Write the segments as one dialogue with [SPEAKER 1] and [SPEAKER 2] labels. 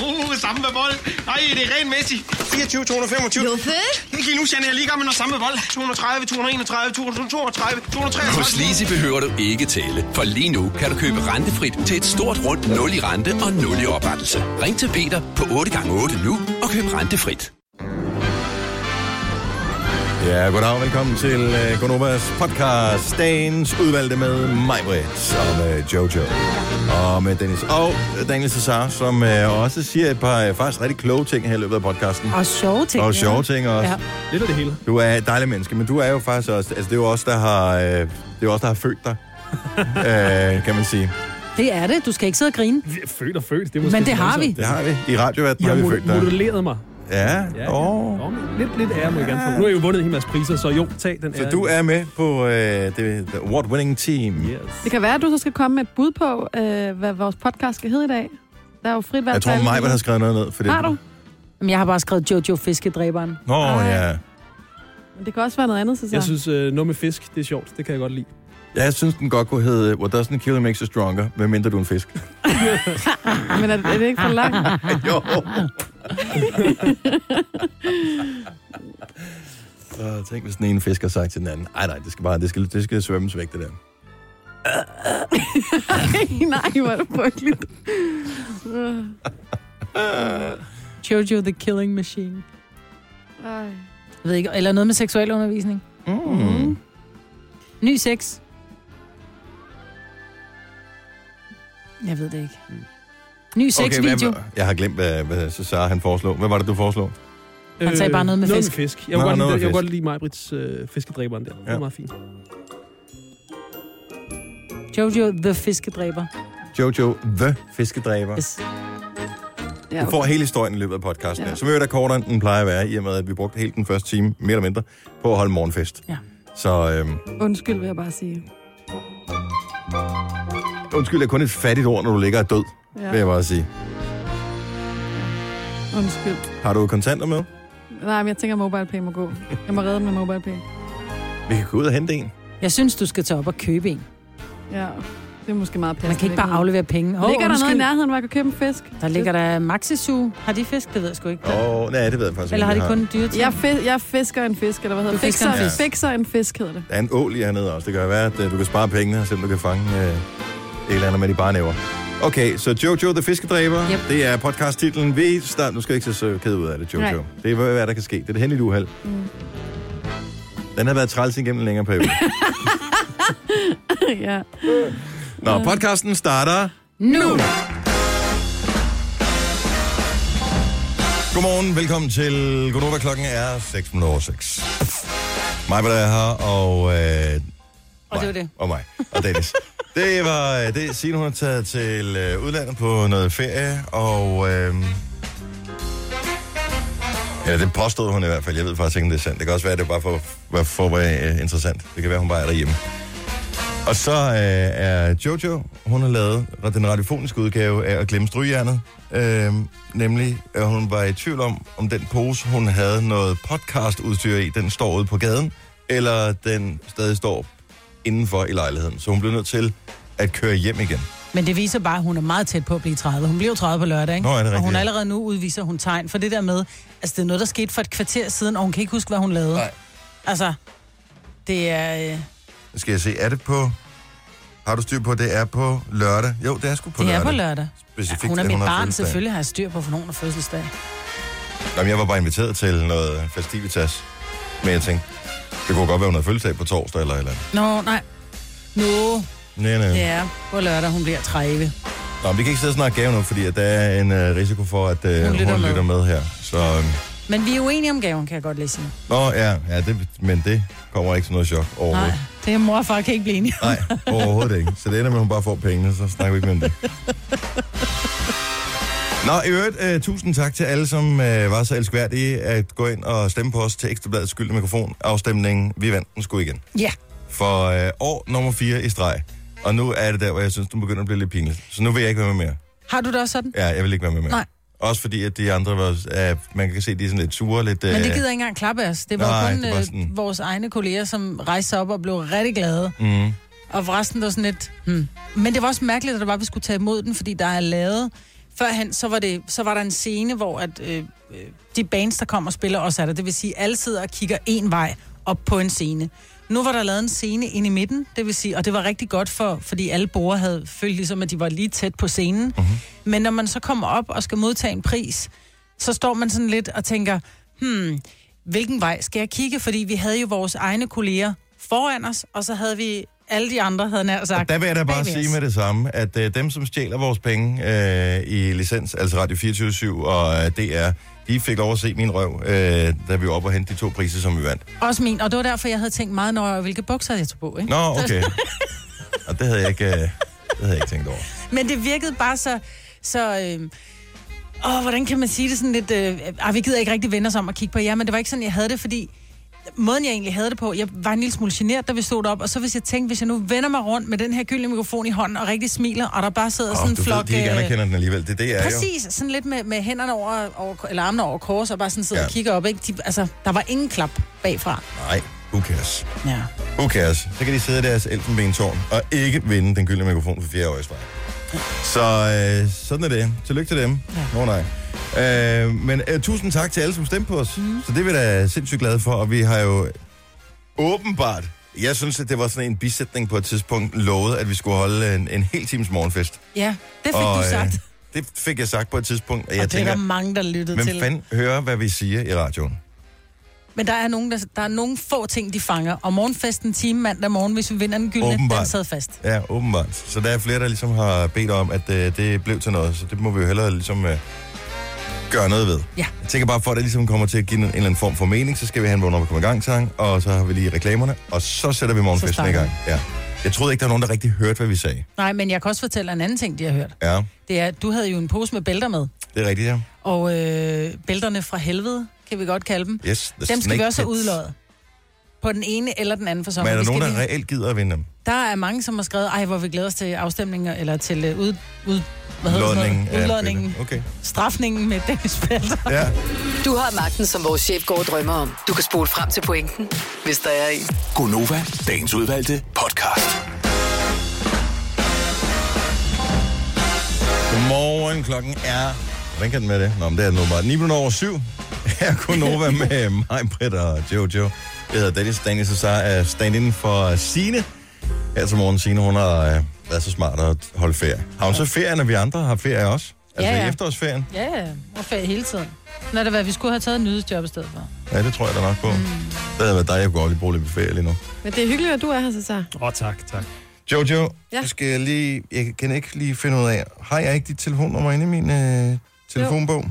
[SPEAKER 1] Uh, samme med bold. Nej, det er regelmæssigt. 24, 225.
[SPEAKER 2] Luffe?
[SPEAKER 1] Lige nu, Janne, jeg er lige i gang med noget samme med bold. 230, 231, 232, 233.
[SPEAKER 3] Hos Lise behøver du ikke tale, for lige nu kan du købe rentefrit til et stort rundt 0 i rente og 0 i oprettelse. Ring til Peter på 8x8 nu og køb rentefrit.
[SPEAKER 4] Ja, goddag og velkommen til uh, Gonovas podcast. Dagens udvalgte med mig, Britt, og med Jojo. Og med Dennis og øh, Daniel Cesar, som uh, også siger et par uh, faktisk rigtig kloge ting her i løbet af podcasten.
[SPEAKER 5] Og sjove ting.
[SPEAKER 4] Og sjove ting også.
[SPEAKER 5] Ja.
[SPEAKER 6] Lidt af det hele.
[SPEAKER 4] Du er et dejligt menneske, men du er jo faktisk også... Altså, det er jo os, der har, øh, det er jo os, der har født dig, øh, kan man sige.
[SPEAKER 5] Det er det. Du skal ikke sidde og grine.
[SPEAKER 6] Følt og følt. Det er
[SPEAKER 5] Men det har vi.
[SPEAKER 4] Det har vi. I radioverden
[SPEAKER 6] Jeg
[SPEAKER 4] har
[SPEAKER 6] har
[SPEAKER 4] vi
[SPEAKER 6] mod-
[SPEAKER 4] født dig.
[SPEAKER 6] modelleret mig.
[SPEAKER 4] Ja,
[SPEAKER 6] Ja,
[SPEAKER 4] åh.
[SPEAKER 6] Nå, men lidt, lidt ære må jeg gerne få. Nu har jeg jo vundet en hel masse priser, så jo, tag den
[SPEAKER 4] Så
[SPEAKER 6] ære.
[SPEAKER 4] du er med på øh, det the award-winning team.
[SPEAKER 6] Yes.
[SPEAKER 7] Det kan være, at du så skal komme med et bud på, øh, hvad vores podcast skal hedde i dag. Der er jo frit valg.
[SPEAKER 4] Jeg
[SPEAKER 7] på alle
[SPEAKER 4] tror, mig
[SPEAKER 7] mulige-
[SPEAKER 4] har skrevet noget ned. For det.
[SPEAKER 7] Har du?
[SPEAKER 5] Men jeg har bare skrevet Jojo Fiskedræberen.
[SPEAKER 4] Nå, ja.
[SPEAKER 7] Men det kan også være noget andet, så.
[SPEAKER 6] Jeg synes, uh, noget med fisk, det er sjovt. Det kan jeg godt lide.
[SPEAKER 4] Jeg synes, den godt kunne hedde What doesn't kill you makes you stronger, medmindre du er en fisk.
[SPEAKER 7] Men er, er det ikke for langt?
[SPEAKER 4] jo. Så tænk, hvis den ene fisk har sagt til den anden, nej, nej, det skal bare, det skal, det skal svømmes væk, det der.
[SPEAKER 7] Nej, hvor er det frygteligt. Øh,
[SPEAKER 5] Jojo the Killing Machine.
[SPEAKER 7] Ej.
[SPEAKER 5] Jeg ved ikke, eller noget med seksuel undervisning.
[SPEAKER 4] Mm.
[SPEAKER 5] Ny sex. Jeg ved det ikke.
[SPEAKER 4] Mm.
[SPEAKER 5] Ny sexvideo.
[SPEAKER 4] hvad, jeg har glemt, hvad, hvad Cesar han foreslog. Hvad var det, du foreslog?
[SPEAKER 5] Han sagde bare noget med
[SPEAKER 6] Øh, noget
[SPEAKER 5] fisk.
[SPEAKER 6] Med fisk. Jeg kunne
[SPEAKER 4] Nå,
[SPEAKER 6] godt,
[SPEAKER 4] noget med
[SPEAKER 6] lide, jeg kunne
[SPEAKER 4] fisk.
[SPEAKER 6] godt lide Majbrits øh, fiskedræberen der. Det
[SPEAKER 4] Ja.
[SPEAKER 6] var meget fint.
[SPEAKER 5] Jojo the Fiskedræber.
[SPEAKER 4] Jojo, the fiskedræber.
[SPEAKER 5] Yes.
[SPEAKER 7] Ja,
[SPEAKER 4] Du får hele historien i løbet af podcasten. Ja.
[SPEAKER 7] Ja.
[SPEAKER 4] Som jo er kortere, end den plejer at være, i og med, at vi brugte hele den første time, mere eller mindre, på at holde morgenfest.
[SPEAKER 5] Ja.
[SPEAKER 4] Så øhm,
[SPEAKER 7] Undskyld, vil jeg bare sige.
[SPEAKER 4] undskyld, det er kun et fattigt ord, når du ligger og er død, ja. vil jeg
[SPEAKER 7] Ja,
[SPEAKER 4] bare sige.
[SPEAKER 7] undskyld.
[SPEAKER 4] Har du kontanter med?
[SPEAKER 7] Nej, men jeg tænker, at MobilePay må gå. Jeg må redde den med MobilePay.
[SPEAKER 4] Vi kan gå ud og hente en.
[SPEAKER 5] Jeg synes, du skal tage op og købe en.
[SPEAKER 7] Ja, det er måske meget passende.
[SPEAKER 5] Man kan ikke bare
[SPEAKER 7] virkeligheden.
[SPEAKER 5] aflevere penge. Hov,
[SPEAKER 7] Ligger der noget i
[SPEAKER 5] undskyld.
[SPEAKER 7] nærheden, hvor jeg kan købe en fisk?
[SPEAKER 5] Der ligger der Maxisu. Har de fisk? Det ved jeg sgu ikke.
[SPEAKER 4] Åh, oh, nej, det ved jeg faktisk
[SPEAKER 5] Eller har
[SPEAKER 4] ikke.
[SPEAKER 5] de
[SPEAKER 4] om
[SPEAKER 5] kun dyre ting?
[SPEAKER 7] Jeg, fi- jeg fisker en fisk, eller hvad hedder
[SPEAKER 5] Du
[SPEAKER 7] det?
[SPEAKER 5] fisker
[SPEAKER 7] Fikser,
[SPEAKER 5] en
[SPEAKER 4] fisk.
[SPEAKER 7] ja. fikser en fisk, hedder det.
[SPEAKER 4] Der er en ål i hernede også. Det kan jo være, at øh, du kan spare pengene, selvom du kan fange øh, et eller andet med de bare næver. Okay, så Jojo the Fiskedræber,
[SPEAKER 5] Yep.
[SPEAKER 4] det er podcasttitlen. Vi start... Nu skal jeg ikke se så ked ud af det, Jojo.
[SPEAKER 7] Nej.
[SPEAKER 4] Det er, hvad hvad der kan ske. Det er et hændeligt uheld. Mm. Den har været træls igennem en længere periode.
[SPEAKER 7] ja.
[SPEAKER 4] Nå, podcasten starter
[SPEAKER 5] Nu!
[SPEAKER 4] Godmorgen, velkommen til Godnova. Klokken er 6 minutter over 6. Mig, hvad der er her, og... Øh,
[SPEAKER 5] Og det var
[SPEAKER 4] mig.
[SPEAKER 5] det.
[SPEAKER 4] Og mig. Og Dennis. det var øh, det. Signe, hun har taget til øh, udlandet på noget ferie, og... Øh, eller det påstod hun i hvert fald. Jeg ved faktisk ikke, om det er sandt. Det kan også være, at det bare for, for, for at være øh, interessant. Det kan være, hun bare er derhjemme. Og så øh, er Jojo, hun har lavet den radiofoniske udgave af At glemme strygejernet. Øh, nemlig, at hun var i tvivl om, om den pose, hun havde noget podcastudstyr i, den står ude på gaden, eller den stadig står indenfor i lejligheden. Så hun blev nødt til at køre hjem igen.
[SPEAKER 5] Men det viser bare, at hun er meget tæt på at blive 30. Hun bliver jo 30 på lørdag, ikke?
[SPEAKER 4] Nå, ja, det er
[SPEAKER 5] og hun
[SPEAKER 4] rigtigt.
[SPEAKER 5] allerede nu udviser hun tegn. For det der med, altså det er noget, der skete for et kvarter siden, og hun kan ikke huske, hvad hun lavede.
[SPEAKER 4] Nej.
[SPEAKER 5] Altså, det er, øh,
[SPEAKER 4] Nu Skal jeg se, er det på... Har du styr på, det er på lørdag? Jo, det er sgu på
[SPEAKER 5] det
[SPEAKER 4] lørdag.
[SPEAKER 5] er på lørdag.
[SPEAKER 4] Specifikt,
[SPEAKER 5] Hun er
[SPEAKER 4] at
[SPEAKER 5] mit
[SPEAKER 4] har
[SPEAKER 5] barn,
[SPEAKER 4] fødselsdag.
[SPEAKER 5] selvfølgelig har jeg styr på, for nogen har fødselsdag.
[SPEAKER 4] Jamen, jeg var bare inviteret til noget festivitas. Men jeg tænkte, det kunne godt være, hun havde fødselsdag på torsdag eller et eller andet.
[SPEAKER 5] Nå, nej. Nå,
[SPEAKER 4] Nej, nej.
[SPEAKER 5] ja, på lørdag, hun bliver 30.
[SPEAKER 4] Nå, men vi kan ikke sidde og snakke gave nu, fordi at der er en øh, risiko for, at øh, hun, lytter, hun med. lytter med her. Så, øh,
[SPEAKER 5] Men vi er uenige om gaven, kan jeg godt lige sige.
[SPEAKER 4] nå, ja, ja det, men det kommer ikke som noget chok
[SPEAKER 5] Nej,
[SPEAKER 4] overhovedet.
[SPEAKER 5] det er mor og far kan ikke blive enige. om.
[SPEAKER 4] Nej, overhovedet ikke. Så det ender med, at hun bare får pengene, så snakker vi ikke mere om det. Nå, i øvrigt, uh, tusind tak til alle, som uh, var så elskværdige at gå ind og stemme på os til Ekstrabladets skyldte mikrofon. Afstemningen, vi vandt den sgu igen.
[SPEAKER 5] Ja,
[SPEAKER 4] For uh, år nummer 4 i streg. Og nu er det der, hvor jeg synes, du begynder at blive lidt pinligt. Så nu vil jeg ikke være med mere.
[SPEAKER 5] har du det også sådan?
[SPEAKER 4] Ja, jeg vil ikke være med mere.
[SPEAKER 5] Nej.
[SPEAKER 4] Også fordi, at de andre var, uh, man kan se, de er sådan lidt sure, lidt... Uh,
[SPEAKER 5] Men det gider ikke engang klappe af os. Det var
[SPEAKER 4] Nej,
[SPEAKER 5] kun
[SPEAKER 4] det var sådan-
[SPEAKER 5] øh, vores egne kolleger, som rejste sig op og blev rigtig glade.
[SPEAKER 4] Mm.
[SPEAKER 5] Og forresten, det var sådan lidt... Hmm. Men det var også mærkeligt, at det var, at vi skulle tage imod den, fordi der er lavet Førhen, så var, det, så var der en scene, hvor at, øh, øh, de bands, der kom og spiller, også er der. Det vil sige, alle sidder og kigger en vej op på en scene. Nu var der lavet en scene ind i midten, det vil sige, og det var rigtig godt, for, fordi alle borgere havde følt ligesom, at de var lige tæt på scenen.
[SPEAKER 4] Mhm.
[SPEAKER 5] Mm-hmm. Men når man så kommer op og skal modtage en pris, så står man sådan lidt og tænker, hmm, hvilken vej skal jeg kigge? Fordi vi havde jo vores egne kolleger foran os, og så havde vi alle de andre, havde nær sagt.
[SPEAKER 4] Der vil jeg da bare
[SPEAKER 5] bagved
[SPEAKER 4] sige
[SPEAKER 5] os.
[SPEAKER 4] med det samme, at øh, dem, som stjæler vores penge øh, i licens, altså Radio 24 og øh, DR, de fik lov at se min røv, øh, da vi var oppe og hente de to priser, som vi vandt.
[SPEAKER 5] Også min, og det var derfor, jeg havde tænkt meget nøje, hvilke bukser jeg tog på. Ikke?
[SPEAKER 4] Nå, okay. og det havde jeg ikke, øh, det havde jeg ikke tænkt over.
[SPEAKER 5] Men det virkede bare så... så øh, åh, hvordan kan man sige det sådan lidt... Øh, ah, vi gider ikke rigtig vende os om at kigge på jer, men det var ikke sådan, jeg havde det, fordi måden, jeg egentlig havde det på, jeg var en lille smule generet, da vi stod op, og så hvis jeg tænkte, hvis jeg nu vender mig rundt med den her gyldne mikrofon i hånden og rigtig smiler, og der bare sidder
[SPEAKER 4] Åh,
[SPEAKER 5] sådan en
[SPEAKER 4] du
[SPEAKER 5] flok...
[SPEAKER 4] ved, de ikke
[SPEAKER 5] øh,
[SPEAKER 4] anerkender den alligevel. Det, er det jeg er jo.
[SPEAKER 5] Præcis, sådan lidt med, med hænderne over, over, eller armene over kors, og bare sådan sidder
[SPEAKER 4] Ja.
[SPEAKER 5] ja. og kigger op. Ikke? De, altså, der var ingen klap bagfra.
[SPEAKER 4] Nej, who cares?
[SPEAKER 5] Ja.
[SPEAKER 4] Who cares? Så kan de sidde i deres elfenbentårn og ikke vinde den gyldne mikrofon for fjerde års vej. Så øh, sådan er det. Tillykke til dem. Ja. Nå nej. Øh, men øh, tusind tak til alle, som stemte på os.
[SPEAKER 5] Mhm.
[SPEAKER 4] Mm. Så det er vi da sindssygt glade for. Og vi har jo åbenbart, jeg synes, at det var sådan en bisætning på et tidspunkt, lovet, at vi skulle holde en, en hel times morgenfest.
[SPEAKER 5] ja, det fik og, du sagt. Øh,
[SPEAKER 4] det fik jeg sagt på et tidspunkt. Og jeg
[SPEAKER 5] og det er
[SPEAKER 4] tænker,
[SPEAKER 5] der mange, der lyttede
[SPEAKER 4] hvem
[SPEAKER 5] til.
[SPEAKER 4] fanden hører, hvad vi siger i radioen?
[SPEAKER 5] Men der er, nogen, der, der er nogle få ting, de fanger. Og morgenfesten time mandag morgen, hvis vi vinder den gyldne,
[SPEAKER 4] Åbenbart.
[SPEAKER 5] den sad fast.
[SPEAKER 4] Ja, åbenbart. Så der er flere, der ligesom har bedt om, at øh, det blev til noget, så det må vi jo hellere ligesom øh, gøre noget ved.
[SPEAKER 5] Ja.
[SPEAKER 4] Jeg tænker bare, for at det ligesom kommer til at give en, en eller anden form for mening, så skal vi have en vågn op og komme i gang sang, og så har vi lige reklamerne, og så sætter vi
[SPEAKER 5] Så
[SPEAKER 4] morgenfesten i
[SPEAKER 5] starter
[SPEAKER 4] gang. Ja. Jeg troede ikke, der var nogen, der rigtig hørte, hvad vi sagde.
[SPEAKER 5] Nej, men jeg kan også fortælle en anden ting, de har hørt.
[SPEAKER 4] Ja,
[SPEAKER 5] Det er, at du havde jo en pose med bælter med.
[SPEAKER 4] det er rigtigt, ja.
[SPEAKER 5] Og øh, bælterne fra helvede, kan vi godt kalde dem.
[SPEAKER 4] Yes, the
[SPEAKER 5] Dem skal
[SPEAKER 4] snake
[SPEAKER 5] vi også have
[SPEAKER 4] pits.
[SPEAKER 5] udløjet. På den ene eller den anden for
[SPEAKER 4] Men
[SPEAKER 5] sommer.
[SPEAKER 4] er der nogen, der
[SPEAKER 5] lige...
[SPEAKER 4] reelt gider at vinde dem?
[SPEAKER 5] der er mange, som har skrevet, ej, hvor vi glæder os til afstemninger, eller til øh, ud... ud hvad hedder
[SPEAKER 4] Lodningen.
[SPEAKER 5] det? Udlodningen.
[SPEAKER 4] Ja, okay.
[SPEAKER 5] Strafningen med Dennis Bælter.
[SPEAKER 4] Ja.
[SPEAKER 2] Du har magten, som vores chef går og drømmer om. Du kan spole frem til pointen, hvis der er en.
[SPEAKER 3] Gonova, dagens udvalgte podcast.
[SPEAKER 4] Godmorgen, klokken er... Hvordan kan den være det? Nå, men det er den åbenbart. 9 minutter over 7. Her er Kunova med mig, Britt og Jojo. Jeg hedder Dennis Daniels, og så er stand-in for Sine. Her til morgen, Signe, hun har øh, været så smart at holde ferie. Har hun så ferie, når vi andre har ferie også? Altså
[SPEAKER 5] Ja,
[SPEAKER 4] ja,
[SPEAKER 5] ja.
[SPEAKER 4] i efterårsferien?
[SPEAKER 5] Ja, ja. og ferie hele tiden. Nå, det var, vi skulle have taget en nyhedsjob i stedet for.
[SPEAKER 4] Ja, det tror jeg da nok på. Mm. Det havde været dig, jeg kunne godt lige bruge lidt på ferie lige nu.
[SPEAKER 7] Men det er hyggeligt, at du er her, Cesar.
[SPEAKER 6] Åh, oh, tak, tak.
[SPEAKER 4] Jojo,
[SPEAKER 7] Ja.
[SPEAKER 4] ja. skal jeg, lige, jeg kan ikke lige finde ud af, har jeg ikke dit telefonnummer inde i min øh, telefonbog? Jo.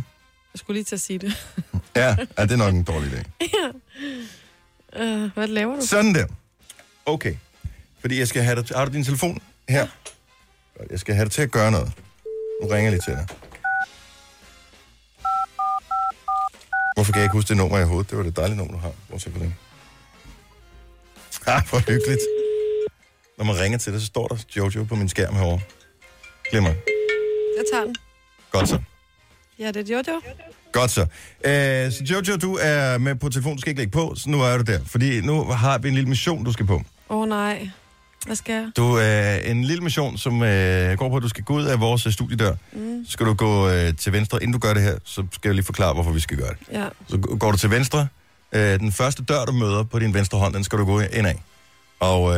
[SPEAKER 7] Jeg skulle lige til at sige det.
[SPEAKER 4] Ja, ja, det er nok en dårlig idé.
[SPEAKER 7] Uh, hvad laver du?
[SPEAKER 4] Sådan der. Okay. Fordi jeg skal have dig... Har du din telefon her? Godt, Jeg skal have dig til at gøre noget. Nu ringer jeg lige til dig. Hvorfor kan jeg ikke huske det nummer i hovedet? Det var det dejlige nummer, du har. Bortset på det. Ah, hvor hyggeligt. Når man ringer til dig, så står der Jojo på min skærm herovre. Glemmer.
[SPEAKER 7] Jeg tager den.
[SPEAKER 4] Godt så.
[SPEAKER 7] Ja, det er Jojo.
[SPEAKER 4] Godt så. Øh, så Jojo, du er med på telefon. Du skal ikke lægge på, så nu er du der. Fordi nu har vi en lille mission, du skal på.
[SPEAKER 7] Åh oh, nej. Hvad skal jeg?
[SPEAKER 4] Du er øh, en lille mission, som øh, går på, at du skal gå ud af vores øh, studiedør. Mm. Så skal du gå øh, til venstre. Inden du gør det her, så skal jeg lige forklare, hvorfor vi skal gøre det.
[SPEAKER 7] Ja.
[SPEAKER 4] Så g- går du til venstre. Øh, den første dør, du møder på din venstre hånd, den skal du gå ind af. Og øh,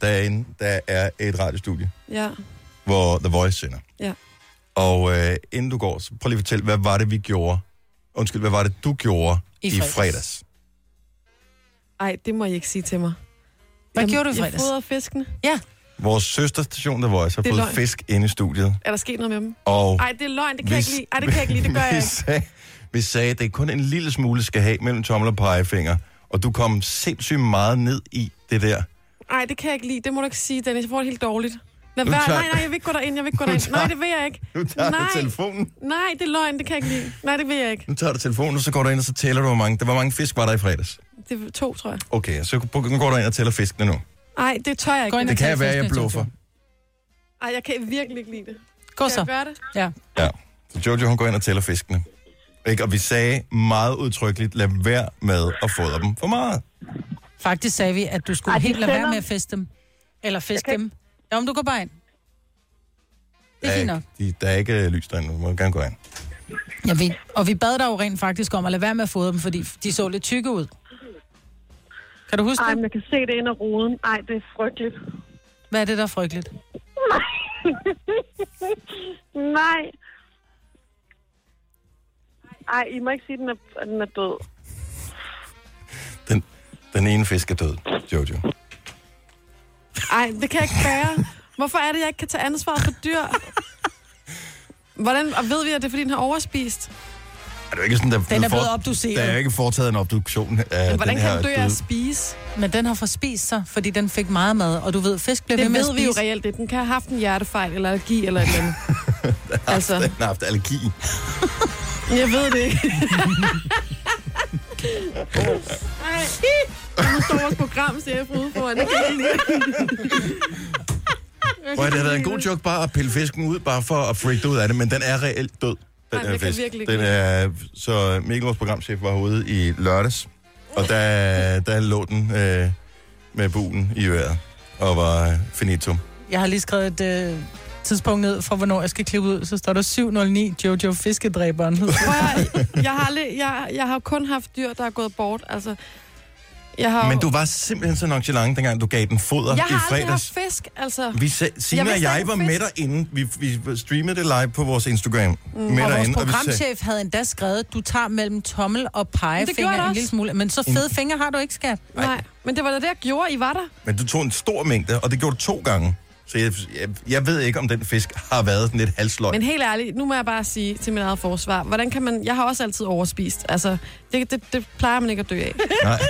[SPEAKER 4] derinde, der er et radiostudie,
[SPEAKER 7] Ja.
[SPEAKER 4] hvor The Voice sender.
[SPEAKER 7] Ja.
[SPEAKER 4] Og øh, inden du går, så prøv lige at fortælle, hvad var det, vi gjorde? Undskyld, hvad var det, du gjorde
[SPEAKER 5] I
[SPEAKER 4] i, i
[SPEAKER 5] fredags.
[SPEAKER 4] fredags?
[SPEAKER 7] Ej, det må I ikke sige til mig.
[SPEAKER 5] Hvad gjorde du i
[SPEAKER 7] Jeg
[SPEAKER 5] fredags?
[SPEAKER 7] fodrede fiskene.
[SPEAKER 4] Vores søsterstation, The Voice, har
[SPEAKER 7] Det er
[SPEAKER 4] fået
[SPEAKER 7] løgn.
[SPEAKER 4] fisk inde i studiet.
[SPEAKER 7] Er der sket noget med dem?
[SPEAKER 4] Og
[SPEAKER 7] Ej, det er løgn. Det kan jeg ikke lide. Ej, det kan jeg ikke lide. Det gør jeg
[SPEAKER 4] vi
[SPEAKER 7] ikke.
[SPEAKER 4] sagde, vi sagde, at det kun en lille smule skal have mellem tommel og pegefinger. Og du kom sindssygt meget ned i det der.
[SPEAKER 7] Ej, det kan jeg ikke lide. Det må du ikke sige, Dennis. Jeg får det helt dårligt. Lad
[SPEAKER 4] Nu
[SPEAKER 7] være.
[SPEAKER 4] tager-
[SPEAKER 7] Nej, nej, jeg vil ikke gå derind. Jeg vil ikke gå
[SPEAKER 4] Nu
[SPEAKER 7] derind.
[SPEAKER 4] tager-
[SPEAKER 7] Nej, det vil jeg ikke.
[SPEAKER 4] Nu tager
[SPEAKER 7] Nej.
[SPEAKER 4] du telefonen.
[SPEAKER 7] Nej, det er løgn. Det kan jeg ikke lide. Nej, det vil jeg ikke.
[SPEAKER 4] Nu tager du telefonen, og så går du ind, og så tæller du, hvor mange, der, hvor mange fisk var der i fredags.
[SPEAKER 7] Det er to, tror jeg.
[SPEAKER 4] Okay, så nu går du ind og tæller fiskene nu.
[SPEAKER 7] Ej, det tør jeg
[SPEAKER 5] Gå
[SPEAKER 7] ikke.
[SPEAKER 5] ind
[SPEAKER 4] Det
[SPEAKER 5] tæller
[SPEAKER 4] kan være, jeg
[SPEAKER 5] fiskene,
[SPEAKER 4] bluffer.
[SPEAKER 5] Jojo.
[SPEAKER 7] Ej, jeg kan virkelig ikke lide det.
[SPEAKER 5] Gå
[SPEAKER 7] Kan jeg
[SPEAKER 5] så.
[SPEAKER 7] gøre det?
[SPEAKER 5] Ja.
[SPEAKER 4] Ja. Så Jojo, hun går ind og tæller fiskene. Ikke? Og vi sagde meget udtrykkeligt, lad være med at fodre dem for meget.
[SPEAKER 5] Faktisk sagde vi, at du skulle
[SPEAKER 8] Ej, de
[SPEAKER 5] helt lade være
[SPEAKER 8] sender-
[SPEAKER 5] med at feste dem. Eller feste
[SPEAKER 8] Jeg kan
[SPEAKER 5] dem. Ja, om du går bare ind. Det
[SPEAKER 4] Der
[SPEAKER 5] er
[SPEAKER 4] er,
[SPEAKER 5] fint
[SPEAKER 4] ikke,
[SPEAKER 5] nok.
[SPEAKER 4] de, der er ikke øh, lys derinde, du må gerne gå ind.
[SPEAKER 5] Ja, vi, og vi bad dig jo rent faktisk om at lade være med at fodre dem, fordi de så lidt tykke ud. Kan du huske
[SPEAKER 8] Ej, men
[SPEAKER 5] det?
[SPEAKER 8] jeg kan se det ind ad ruden. Ej, det er frygteligt.
[SPEAKER 5] Hvad er det, der er frygteligt?
[SPEAKER 8] Nej. Nej. Ej, I må ikke sige, at den er, at den er død.
[SPEAKER 4] Den, den ene fisk er død, Jojo.
[SPEAKER 9] Ej, det kan jeg ikke bære. Hvorfor er det, jeg ikke kan tage ansvar for dyr? Hvordan, og ved vi, at det er, fordi den har overspist?
[SPEAKER 4] Er det jo ikke sådan, der,
[SPEAKER 5] Den er blevet obduceret.
[SPEAKER 4] Der er jo ikke foretaget en obduktion af
[SPEAKER 9] Hvordan
[SPEAKER 4] den
[SPEAKER 9] kan
[SPEAKER 4] her
[SPEAKER 9] den dø af
[SPEAKER 4] døde-
[SPEAKER 9] at spise?
[SPEAKER 5] Men den har forspist sig, fordi den fik meget mad, og du ved, fisk bliver ved
[SPEAKER 9] Det
[SPEAKER 5] med at
[SPEAKER 9] ved vi jo
[SPEAKER 5] spise.
[SPEAKER 9] reelt ikke. Den kan have haft en hjertefejl eller allergi eller et eller andet. altså,
[SPEAKER 4] Den har haft allergi.
[SPEAKER 9] jeg ved det ikke. Nej, nu står vores program, ser jeg ude foran. Det kan jeg ikke lide.
[SPEAKER 4] Hvor det har været en god joke bare at pille fisken ud, bare for at freak det ud af det, men den er reelt død. Den
[SPEAKER 9] Ej,
[SPEAKER 4] her
[SPEAKER 9] det kan
[SPEAKER 4] fisk.
[SPEAKER 9] virkelig ikke
[SPEAKER 4] den er, Så Mikkel, vores programchef, var herude i lørdags, og der, der lå den øh, med buen i øret og var øh, finito.
[SPEAKER 5] Jeg har lige skrevet et øh, tidspunkt ned for, hvornår jeg skal klippe ud. Så står der 709 Jojo Fiskedræberen.
[SPEAKER 9] Prøv at høre, jeg har, aldrig, jeg, jeg har kun haft dyr, der er gået bort. Altså, jeg har,
[SPEAKER 4] Men du var simpelthen så nonchalant, dengang du gav den foder
[SPEAKER 9] jeg
[SPEAKER 4] i
[SPEAKER 9] har aldrig haft
[SPEAKER 4] fredags.
[SPEAKER 9] fisk, altså.
[SPEAKER 4] Vi se, Signe
[SPEAKER 9] Jeg vidste,
[SPEAKER 4] og
[SPEAKER 9] der
[SPEAKER 4] jeg
[SPEAKER 9] ikke
[SPEAKER 4] var
[SPEAKER 9] var
[SPEAKER 4] med
[SPEAKER 9] fisk.
[SPEAKER 4] dig inden. Vi, vi streamede det live på vores Instagram. Mm, med
[SPEAKER 5] Og vores
[SPEAKER 4] derinde, vi sagde,
[SPEAKER 5] programchef havde endda skrevet, du tager mellem tommel og
[SPEAKER 9] gjorde jeg
[SPEAKER 5] pegefinger en
[SPEAKER 9] også.
[SPEAKER 5] lille smule. Men så fede fingre har du ikke, skat.
[SPEAKER 9] Nej, men det var da det, jeg gjorde. I var der.
[SPEAKER 4] men du tog en stor mængde, og det gjorde du to gange. Så jeg, jeg, jeg ved ikke, om den fisk har været sådan lidt halsløg.
[SPEAKER 9] Men helt ærligt, nu må jeg bare sige til min eget forsvar, hvordan kan man... Jeg har også altid overspist. Altså, det, det, det plejer man ikke at dø af.
[SPEAKER 4] Nej.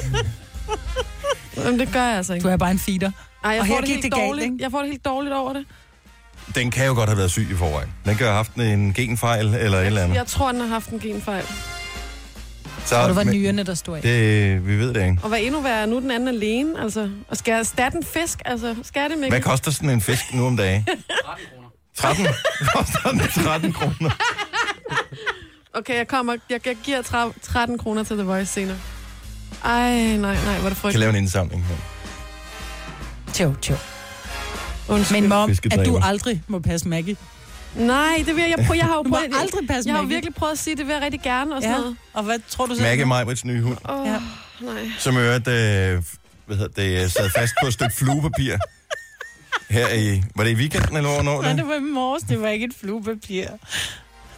[SPEAKER 9] Men det gør jeg altså
[SPEAKER 5] Du
[SPEAKER 9] ikke.
[SPEAKER 5] er bare en feeder.
[SPEAKER 4] Ah,
[SPEAKER 9] Ej, jeg,
[SPEAKER 5] Og her
[SPEAKER 9] får det
[SPEAKER 5] gik
[SPEAKER 9] helt
[SPEAKER 5] det galt,
[SPEAKER 9] dårligt.
[SPEAKER 5] ikke?
[SPEAKER 9] jeg får det helt dårligt over det.
[SPEAKER 4] Den kan jo godt have været syg i forvejen. Den kan jo have haft en genfejl eller et eller andet.
[SPEAKER 9] Jeg tror, den har haft en genfejl.
[SPEAKER 4] Så,
[SPEAKER 5] Og det var
[SPEAKER 4] men
[SPEAKER 5] nyrene, der stod af.
[SPEAKER 4] det, vi ved det ikke.
[SPEAKER 9] Og hvad endnu værre, nu er den anden alene, altså. Og skal jeg erstatte en fisk, altså? Skal jeg det,
[SPEAKER 4] Hvad
[SPEAKER 9] Mikkel?
[SPEAKER 4] koster sådan en fisk nu om dagen? 13 kroner. 13? Koster den 13 kroner?
[SPEAKER 9] Okay, jeg kommer. Jeg, jeg giver tre- 13 kroner til The Voice senere. Ej, nej, nej, hvor er
[SPEAKER 4] Jeg
[SPEAKER 9] det
[SPEAKER 4] kan
[SPEAKER 9] frygteligt.
[SPEAKER 4] lave en indsamling her.
[SPEAKER 5] Tjo, tjo.
[SPEAKER 9] Undskyld.
[SPEAKER 5] Men mom, at du
[SPEAKER 4] Fiskedræber.
[SPEAKER 5] aldrig må passe Maggie.
[SPEAKER 9] Nej, det vil jeg. Jeg, prøver, jeg har jo
[SPEAKER 5] Du må
[SPEAKER 9] prøvet...
[SPEAKER 5] aldrig passe
[SPEAKER 9] jeg har jo
[SPEAKER 5] Maggie.
[SPEAKER 9] virkelig prøvet at sige, det vil jeg rigtig gerne og sådan
[SPEAKER 5] Ja.
[SPEAKER 9] noget.
[SPEAKER 5] Og hvad tror du så?
[SPEAKER 4] Maggie Majbrits nye hund,
[SPEAKER 9] Åh,
[SPEAKER 5] Ja.
[SPEAKER 9] ja. nej.
[SPEAKER 4] som i øvrigt øh, hvad hedder det, øh, sad fast på et stykke fluepapir. Her i... Var det i weekenden eller hvornår?
[SPEAKER 5] Nej, det
[SPEAKER 4] det?
[SPEAKER 5] var i morges. Det var ikke et fluepapir.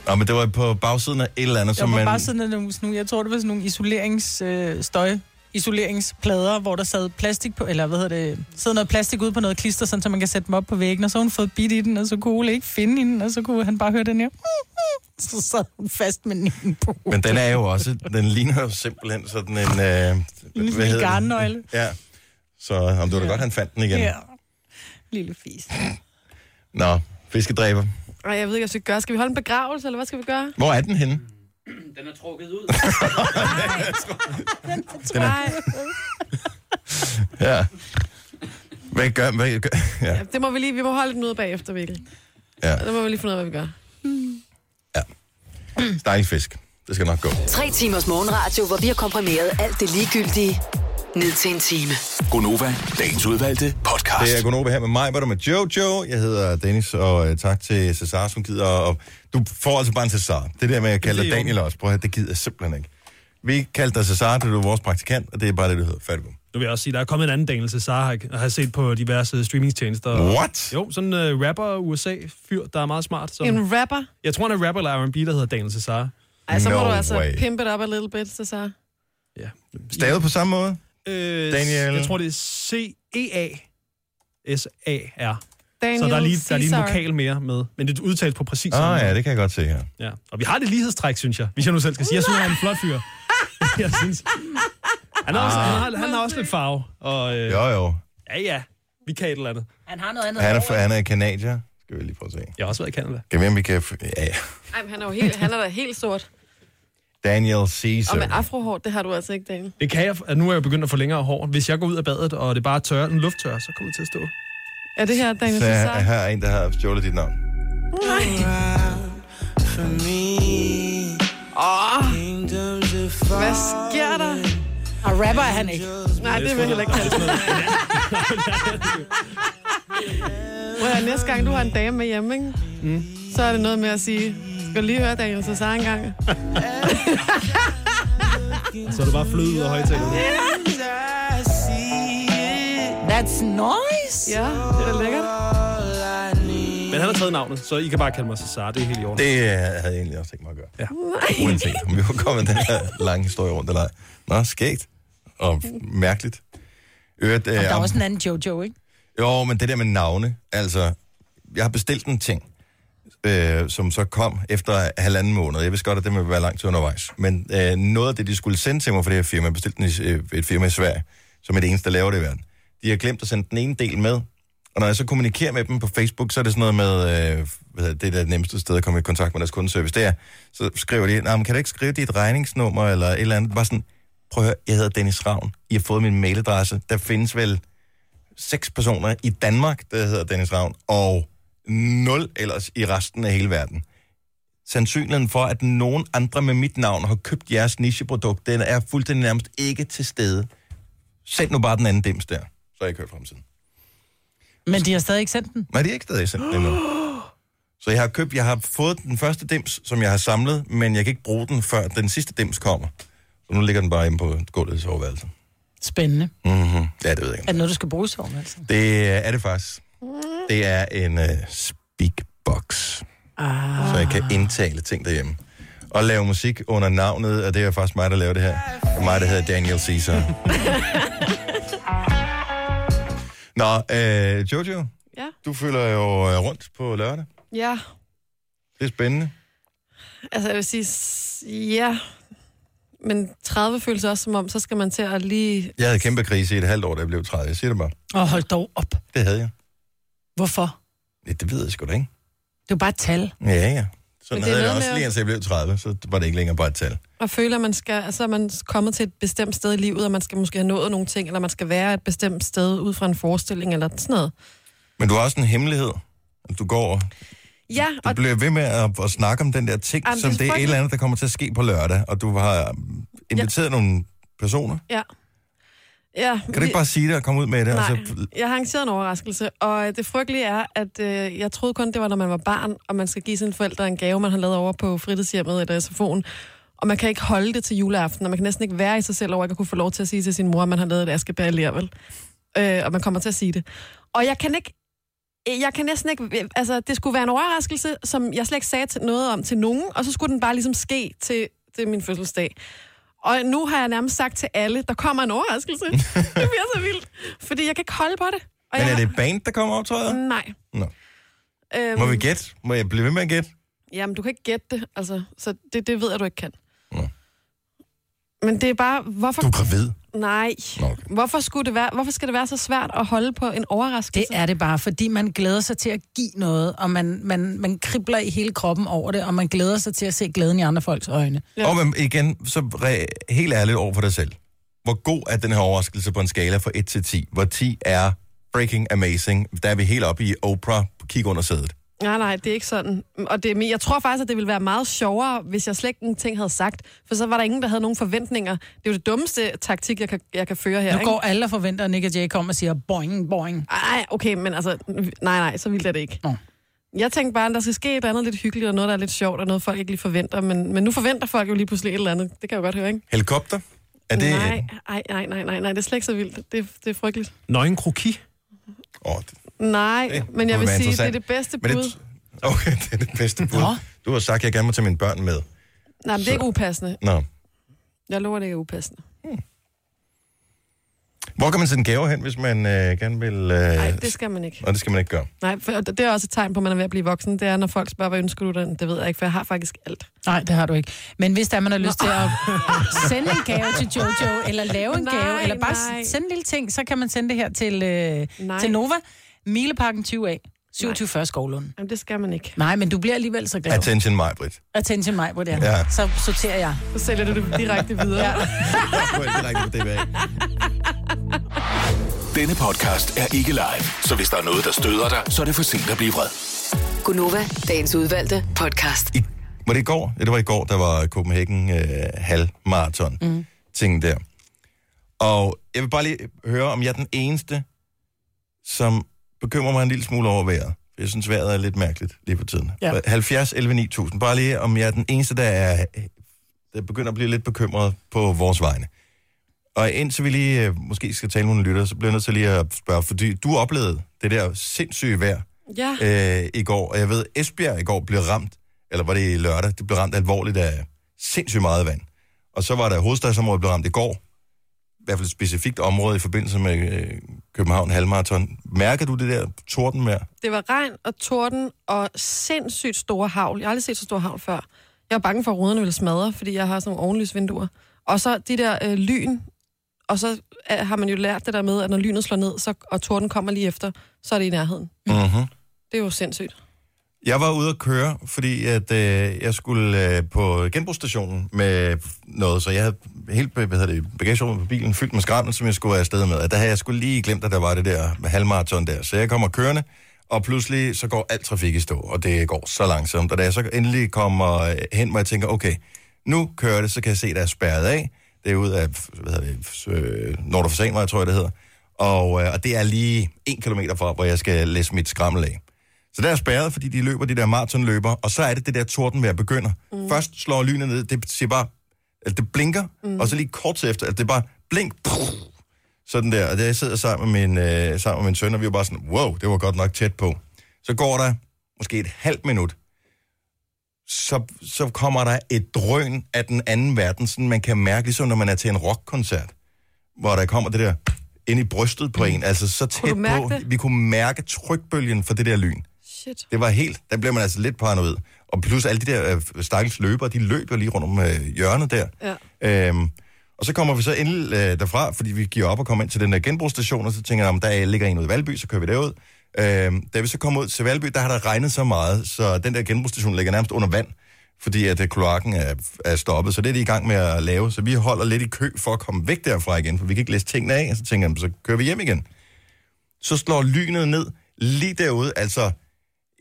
[SPEAKER 4] Nå, men det var på bagsiden af et eller andet,
[SPEAKER 5] Jeg
[SPEAKER 4] som
[SPEAKER 5] var
[SPEAKER 4] man...
[SPEAKER 5] bare sådan nogle, sådan nogle, jeg tror, det var sådan nogle isolerings, øh, støj, isoleringsplader, hvor der sad plastik på, eller hvad hedder det, sad noget plastik ud på noget klister, sådan, så man kan sætte dem op på væggen, og så har hun fået bit i den, og så kunne Ole ikke finde hende, og så kunne han bare høre den her. Så sad hun fast med den på.
[SPEAKER 4] Men den er jo også, den ligner jo simpelthen sådan en... Øh,
[SPEAKER 5] lille
[SPEAKER 4] hvad hedder den?
[SPEAKER 5] Ligesom garnnøgle.
[SPEAKER 4] Ja. Så om det var da
[SPEAKER 5] Ja.
[SPEAKER 4] godt, han fandt den igen.
[SPEAKER 5] Ja. Lille fis.
[SPEAKER 4] Nå, fiskedræber.
[SPEAKER 9] Ej, jeg ved ikke, hvad jeg skal gøre. Skal vi holde en begravelse, eller hvad skal vi gøre?
[SPEAKER 4] Hvor er den henne?
[SPEAKER 10] Den er trukket ud.
[SPEAKER 4] Den er-
[SPEAKER 9] Nej,
[SPEAKER 4] Ja. Hvad gør, hvad gør, ja.
[SPEAKER 9] det må vi lige... Vi må holde den ude bagefter, Mikkel.
[SPEAKER 4] Ja.
[SPEAKER 9] Det må vi lige finde ud af, hvad vi gør.
[SPEAKER 4] Dejlig fisk. Det skal nok gå.
[SPEAKER 2] Tre timers morgenradio, hvor vi har komprimeret alt det ligegyldige ned til en time.
[SPEAKER 3] Gonova, dagens udvalgte podcast.
[SPEAKER 4] Det er Gunova her med mig, hvor er du med Jojo. Jeg hedder Dennis, og øh, tak til Cesar, som gider. Og du får altså bare en Cesar. Det der med at kalde
[SPEAKER 6] Det
[SPEAKER 4] dig
[SPEAKER 6] er i
[SPEAKER 4] Daniel også. Prøv at høre, det gider jeg simpelthen ikke. Vi kaldte dig Cesar, da du var vores praktikant, og det er bare det, du hedder. Færdig bum.
[SPEAKER 6] Nu vil jeg også sige, der er kommet en anden Daniel Cesar, har, jeg- har jeg set på diverse streamingtjenester.
[SPEAKER 4] What?
[SPEAKER 6] Jo, sådan en uh, rapper USA-fyr, der er meget smart. Som,
[SPEAKER 9] En rapper?
[SPEAKER 6] jeg tror, han er rapper eller R&B, der hedder Daniel Cesar.
[SPEAKER 9] Ej, så må
[SPEAKER 4] No
[SPEAKER 9] du altså
[SPEAKER 4] way.
[SPEAKER 9] pimpe det op a little bit, så så.
[SPEAKER 6] Ja.
[SPEAKER 4] Stavet på samme måde?
[SPEAKER 6] Øh,
[SPEAKER 4] Daniel.
[SPEAKER 6] Jeg tror, det er E C-E-A-S-A-R.
[SPEAKER 9] Daniel
[SPEAKER 6] Så der er lige, der er lige en
[SPEAKER 9] Caesar.
[SPEAKER 6] vokal mere med. Men det er udtalt på præcis samme
[SPEAKER 4] Ah
[SPEAKER 6] måde.
[SPEAKER 4] ja, det kan jeg godt se her.
[SPEAKER 6] Ja. Og vi har det lighedstræk, synes jeg. Hvis jeg nu selv skal sige. Jeg synes, han er en flot fyr. jeg synes. Han har, også, han, har, han har også lidt farve. Og, øh,
[SPEAKER 4] Jo jo.
[SPEAKER 6] Ah. ja, ja. Vi kan et eller andet.
[SPEAKER 5] Han har noget andet.
[SPEAKER 4] Han er, han er kanadier. Skal vi lige prøve at se.
[SPEAKER 6] Jeg har også været i Canada.
[SPEAKER 4] Kan vi, om vi kan... f- Ja, ja.
[SPEAKER 9] Ej, men han er jo helt, han er da helt sort.
[SPEAKER 4] Daniel
[SPEAKER 9] Og med
[SPEAKER 4] Caesar.
[SPEAKER 9] afrohår, det har du altså ikke, Daniel.
[SPEAKER 6] Det kan jeg, at nu er jeg begyndt at få længere hår. Hvis jeg går ud af badet, og det bare er tørre, en lufttør, så kommer det til at stå.
[SPEAKER 9] Er det her Daniel
[SPEAKER 4] Så
[SPEAKER 9] Cesar?
[SPEAKER 4] her er en, der har stjålet dit navn.
[SPEAKER 9] Hvad sker der?
[SPEAKER 5] Og rapper er han ikke.
[SPEAKER 9] Nej, det vil jeg heller ikke kalde det. Prøv at høre, næste gang, du har en dame med hjemme, ikke?
[SPEAKER 6] Mm.
[SPEAKER 9] så er det noget med at sige, skal du lige høre Daniel Cesar engang?
[SPEAKER 6] Så er det bare fløde ud af højtalerne.
[SPEAKER 5] That's nice.
[SPEAKER 9] Ja, det er da lækkert.
[SPEAKER 6] Men han har taget navnet, så I kan bare kalde mig Cesar. Det er helt i orden.
[SPEAKER 4] Det øh, havde jeg egentlig også tænkt mig at gøre.
[SPEAKER 6] Ja.
[SPEAKER 4] Uanset om vi var kommet den her lange historie rundt eller ej. Nå, skægt. Og mærkeligt. Øret, øh,
[SPEAKER 5] Og der er
[SPEAKER 4] om-
[SPEAKER 5] også en anden Jojo, ikke?
[SPEAKER 4] Jo, men det der med navne, altså, jeg har bestilt en ting, øh, som så kom efter halvanden måned. Jeg vidste godt, at det må være lang tid undervejs. Men øh, noget af det, de skulle sende til mig for det her firma, jeg bestilte den i, øh, et firma i Sverige, som er det eneste, der laver det i verden. De har glemt at sende den ene del med. Og når jeg så kommunikerer med dem på Facebook, så er det sådan noget med, øh, hvad hedder det, det er da det nemmeste sted at komme i kontakt med deres kundeservice, det er, så skriver de, nah, men kan du ikke skrive dit regningsnummer eller et eller andet? Bare sådan, prøv at høre, jeg hedder Dennis Ravn. I har fået min mailadresse. Der findes vel seks personer i Danmark, der hedder Dennis Ravn, og nul ellers i resten af hele verden. Sandsynligheden for, at nogen andre med mit navn har købt jeres nicheprodukt, den er fuldstændig nærmest ikke til stede. Send nu bare den anden dims der, så jeg kører fremtiden.
[SPEAKER 5] Men de har stadig ikke sendt den.
[SPEAKER 4] Men det er ikke stadig sendt den endnu. Så jeg har købt, jeg har fået den første dims, som jeg har samlet, men jeg kan ikke bruge den, før den sidste dims kommer. Så nu ligger den bare inde på gulvet i soveværelset.
[SPEAKER 5] Spændende.
[SPEAKER 4] Mm-hmm. Ja, det ved jeg ikke.
[SPEAKER 5] Er det noget, du skal bruge sig om, altså?
[SPEAKER 4] Det er det faktisk. Det er en uh, speakbox. Ah. Så jeg kan indtale ting derhjemme. Og lave musik under navnet, og det er faktisk mig, der laver det her. Og mig, der hedder Daniel Caesar. Nå, øh, Jojo,
[SPEAKER 9] Ja.
[SPEAKER 4] du følger jo øh, rundt på lørdag.
[SPEAKER 9] Ja,
[SPEAKER 4] Det er spændende.
[SPEAKER 9] altså jeg vil sige, s- ja. Men 30 føles også som om, så skal man til at lige...
[SPEAKER 4] Jeg havde kæmpe krise i et halvt år, da jeg blev 30. Jeg siger det bare.
[SPEAKER 5] Og hold dog op.
[SPEAKER 4] Det havde jeg.
[SPEAKER 5] Hvorfor?
[SPEAKER 4] Ja, Det ved jeg sgu da ikke.
[SPEAKER 5] Det er jo bare et tal.
[SPEAKER 4] Ja, ja. Sådan
[SPEAKER 9] Men det er
[SPEAKER 4] havde jeg det
[SPEAKER 9] noget
[SPEAKER 4] også
[SPEAKER 9] med
[SPEAKER 4] lige
[SPEAKER 9] at-
[SPEAKER 4] indtil jeg blev 30, så var det ikke længere bare et tal.
[SPEAKER 9] Og føle, at man skal, altså, at man er kommet til et bestemt sted i livet, og man skal måske have nået nogle ting, eller man skal være et bestemt sted ud fra en forestilling, eller sådan noget.
[SPEAKER 4] Men du har også en hemmelighed. Du går
[SPEAKER 9] Ja,
[SPEAKER 4] Du
[SPEAKER 9] og
[SPEAKER 4] bliver ved med at, at snakke om den der ting, Jamen,
[SPEAKER 9] Jamen,
[SPEAKER 4] som
[SPEAKER 9] det er
[SPEAKER 4] det er et
[SPEAKER 9] frygteligt.
[SPEAKER 4] eller andet, der kommer til at ske på lørdag, og du har øhm, inviteret ja. nogle personer.
[SPEAKER 9] ja. Ja,
[SPEAKER 4] Kan du ikke bare sige det og komme ud med det? Altså,
[SPEAKER 9] Nej,
[SPEAKER 4] Og så,
[SPEAKER 9] jeg har arrangeret en overraskelse, og øh, det frygtelige er, at øh, jeg troede kun, det var, når man var barn, og man skal give sine forældre en gave, man har lavet over på fritidshjemmet eller SFO'en, og man kan ikke holde det til juleaften, og man kan næsten ikke være i sig selv over, ikke at kunne få lov til at sige til sin mor, at man har lavet et askebær alligevel. Øh, og man kommer til at sige det. Og jeg kan ikke øh, jeg kan næsten ikke... Altså, det skulle være en overraskelse, som jeg slet ikke sagde til noget om til nogen, og så skulle den bare ligesom ske til, til min fødselsdag. Og nu har jeg nærmest sagt til alle, der kommer en overraskelse. det bliver så vildt. Fordi jeg kan ikke holde på det. Og
[SPEAKER 4] men
[SPEAKER 9] jeg, Mm,
[SPEAKER 4] er det et band, der kommer optræder?
[SPEAKER 9] Nej.
[SPEAKER 4] Nå.
[SPEAKER 9] Øhm,
[SPEAKER 4] Må vi gætte? Må jeg blive ved med at gætte?
[SPEAKER 9] Jamen, du kan ikke gætte det, altså. Så det, det ved jeg, du ikke kan.
[SPEAKER 4] Nå.
[SPEAKER 9] Men det er bare, hvorfor...
[SPEAKER 4] Du er gravid.
[SPEAKER 9] Nej.
[SPEAKER 4] Nå, okay.
[SPEAKER 9] Hvorfor, skulle det være, hvorfor skal det være så svært at holde på en
[SPEAKER 5] Det
[SPEAKER 9] overraskelse?
[SPEAKER 5] er det bare, fordi man glæder sig til at give noget, og man, man, man kribler i hele kroppen over det, og man glæder sig til at se glæden i andre folks øjne.
[SPEAKER 4] Ja. Og men igen, så re- helt ærligt over for dig selv. Hvor god er den her overraskelse på en skala fra 1 til 10? Hvor 10 er breaking amazing. Der er vi helt oppe i Oprah. Kig under sædet.
[SPEAKER 9] Nej, nej, det er ikke sådan. Og det, er me- jeg tror faktisk, at det ville være meget sjovere, hvis jeg slet ikke en ting havde sagt. For så var der ingen, der havde nogen forventninger. Det er jo det dummeste taktik, jeg kan, jeg kan føre her.
[SPEAKER 5] Nu går alle og forventer, at Nick og Jay kommer og siger boing, boing.
[SPEAKER 9] Nej, okay, men altså, nej, nej, så vildt er det ikke.
[SPEAKER 5] Nå.
[SPEAKER 9] Jeg tænkte bare, at der skal ske et eller andet lidt hyggeligt, og noget, der er lidt sjovt, og noget, folk ikke lige forventer. Men, men nu forventer folk jo lige pludselig et eller andet. Det kan jeg jo godt høre, ikke?
[SPEAKER 4] Helikopter? Er det...
[SPEAKER 9] Nej, nej, nej, nej, nej, nej, det er slet ikke så vildt. Det, det er frygteligt.
[SPEAKER 6] Nøgen kroki.
[SPEAKER 4] Åh, det,
[SPEAKER 9] Nej,
[SPEAKER 4] Okay,
[SPEAKER 9] men
[SPEAKER 4] det må
[SPEAKER 9] jeg vil
[SPEAKER 4] være
[SPEAKER 9] sige, det er
[SPEAKER 4] interessant.
[SPEAKER 9] det bedste bud.
[SPEAKER 4] men det, okay, det er det bedste bud. Du har sagt, at jeg gerne må tage mine børn med.
[SPEAKER 9] Nej, men det er ikke upassende.
[SPEAKER 4] Nå.
[SPEAKER 9] Jeg lover, det ikke er upassende.
[SPEAKER 4] Hvor kan man sende gaver hen, hvis man øh, gerne vil... Øh,
[SPEAKER 9] Nej, det skal man ikke.
[SPEAKER 4] Og det skal man ikke gøre.
[SPEAKER 9] Nej, for det er også et tegn på, at man er ved at blive voksen. Det er, når folk spørger, hvad ønsker du den? Det ved jeg ikke, for jeg har faktisk alt.
[SPEAKER 5] Nej, det har du ikke. Men hvis der er, man har lyst til at sende en gave til Jojo, eller lave en
[SPEAKER 9] Nej,
[SPEAKER 5] gave, eller bare
[SPEAKER 9] nej.
[SPEAKER 5] s- sende en lille ting, så kan man sende det her til, øh,
[SPEAKER 9] Nej.
[SPEAKER 5] til Nova. Mileparken 20A, 2740 Skovlund.
[SPEAKER 9] Jamen, det skal man ikke.
[SPEAKER 5] Nej, men du bliver alligevel så glad.
[SPEAKER 4] Attention mig, Britt.
[SPEAKER 5] Attention mig, hvor det er.
[SPEAKER 4] Ja.
[SPEAKER 5] Ja. Så sorterer jeg.
[SPEAKER 9] Så sælger du det direkte videre. ja.
[SPEAKER 4] Det er direkte på DBA.
[SPEAKER 11] Denne podcast er ikke live, så hvis der er noget, der støder dig, så er det for sent at blive vred.
[SPEAKER 2] Gunova, dagens udvalgte podcast.
[SPEAKER 4] I, var det i går? Ja, det var i går, der var Copenhagen øh, halvmarathon mm. ting der. Og jeg vil bare lige høre, om jeg er den eneste, som bekymrer mig en lille smule over vejret. Jeg synes, vejret er lidt mærkeligt lige for tiden.
[SPEAKER 12] Ja.
[SPEAKER 4] Ja. 70, 11, 9000. Bare lige, om jeg er den eneste, der, er, der begynder at blive lidt bekymret på vores vegne. Og indtil vi lige øh, måske skal tale med nogle lytter, så bliver jeg nødt til lige at spørge, fordi du oplevede det der sindssyge vejr
[SPEAKER 9] Ja.
[SPEAKER 4] øh, i går, og jeg ved, Esbjerg i går blev ramt, eller var det i lørdag, det blev ramt alvorligt af sindssygt meget vand. Og så var der hovedstadsområdet blev ramt i går, i hvert fald et specifikt område i forbindelse med øh, København Halmarathon. Mærker du det der tordenvejr?
[SPEAKER 9] Det var regn og torden og sindssygt store havl. Jeg har aldrig set så stor havl før. Jeg var bange for, at ruderne ville smadre, fordi jeg har sådan nogle ovenlysvinduer. Og så de der øh, lyn, og så øh, har man jo lært det der med, at når lynet slår ned, så, og torden kommer lige efter, så er det i nærheden.
[SPEAKER 4] Mm-hmm.
[SPEAKER 9] Det er jo sindssygt.
[SPEAKER 4] Jeg var ude at køre, fordi at, øh, jeg skulle øh, på genbrugsstationen med noget, så jeg havde helt hvad hedder det, bagagerummet på bilen fyldt med skrammel, som jeg skulle afsted med. Og der havde jeg skulle lige glemt, at der var det der halvmarathon der. Så jeg kommer kørende, og pludselig så går alt trafik i stå, og det går så langsomt. Og da jeg så endelig kommer øh, hen, hvor jeg tænker, okay, nu kører det, så kan jeg se, at der er spærret af. Det er ud af, hvad hedder det, øh, Nordforsenvej, tror jeg, det hedder. Og, øh, og det er lige en kilometer fra, hvor jeg skal læse mit skrammel af. Så der er spærret, fordi de løber de der maratonløber, og så er det det der tordenvejr begynder. Mm. Først slår lynet ned, det siger bare, at det blinker, mm. og så lige kort tid efter, at det bare blink, puff, sådan der. Og der jeg sidder sammen med min, øh, sammen med min søn, og vi var bare sådan, wow, det var godt nok tæt på. Så går der måske et halvt minut, så, så kommer der et drøn af den anden verden, sådan man kan mærke, ligesom når man er til en rockkoncert, hvor der kommer det der ind i brystet på en, altså så
[SPEAKER 9] Mm. Kunne
[SPEAKER 4] tæt
[SPEAKER 9] du mærke
[SPEAKER 4] på.
[SPEAKER 9] det?
[SPEAKER 4] Vi kunne mærke trykbølgen for det der lyn.
[SPEAKER 9] Shit.
[SPEAKER 4] Det var helt, der blev man altså lidt paranoid. Og plus alle de der øh, stakkels løbere, de løb jo lige rundt om øh, hjørnet der.
[SPEAKER 9] Ja.
[SPEAKER 4] Øhm, og så kommer vi så endelig øh, derfra, fordi vi giver op og kommer ind til den der genbrugsstation, og så tænker jeg, om der ligger en ude i Valby, så kører vi derud. Øhm, da vi så kommer ud til Valby, der har der regnet så meget, så den der genbrugsstation ligger nærmest under vand, fordi at øh, kloakken er, er stoppet, så det er de i gang med at lave. Så vi holder lidt i kø for at komme væk derfra igen, for vi kan ikke læse tingene af, og så tænker jeg, "Jamen, så kører vi hjem igen. Så slår lynet ned lige derude, altså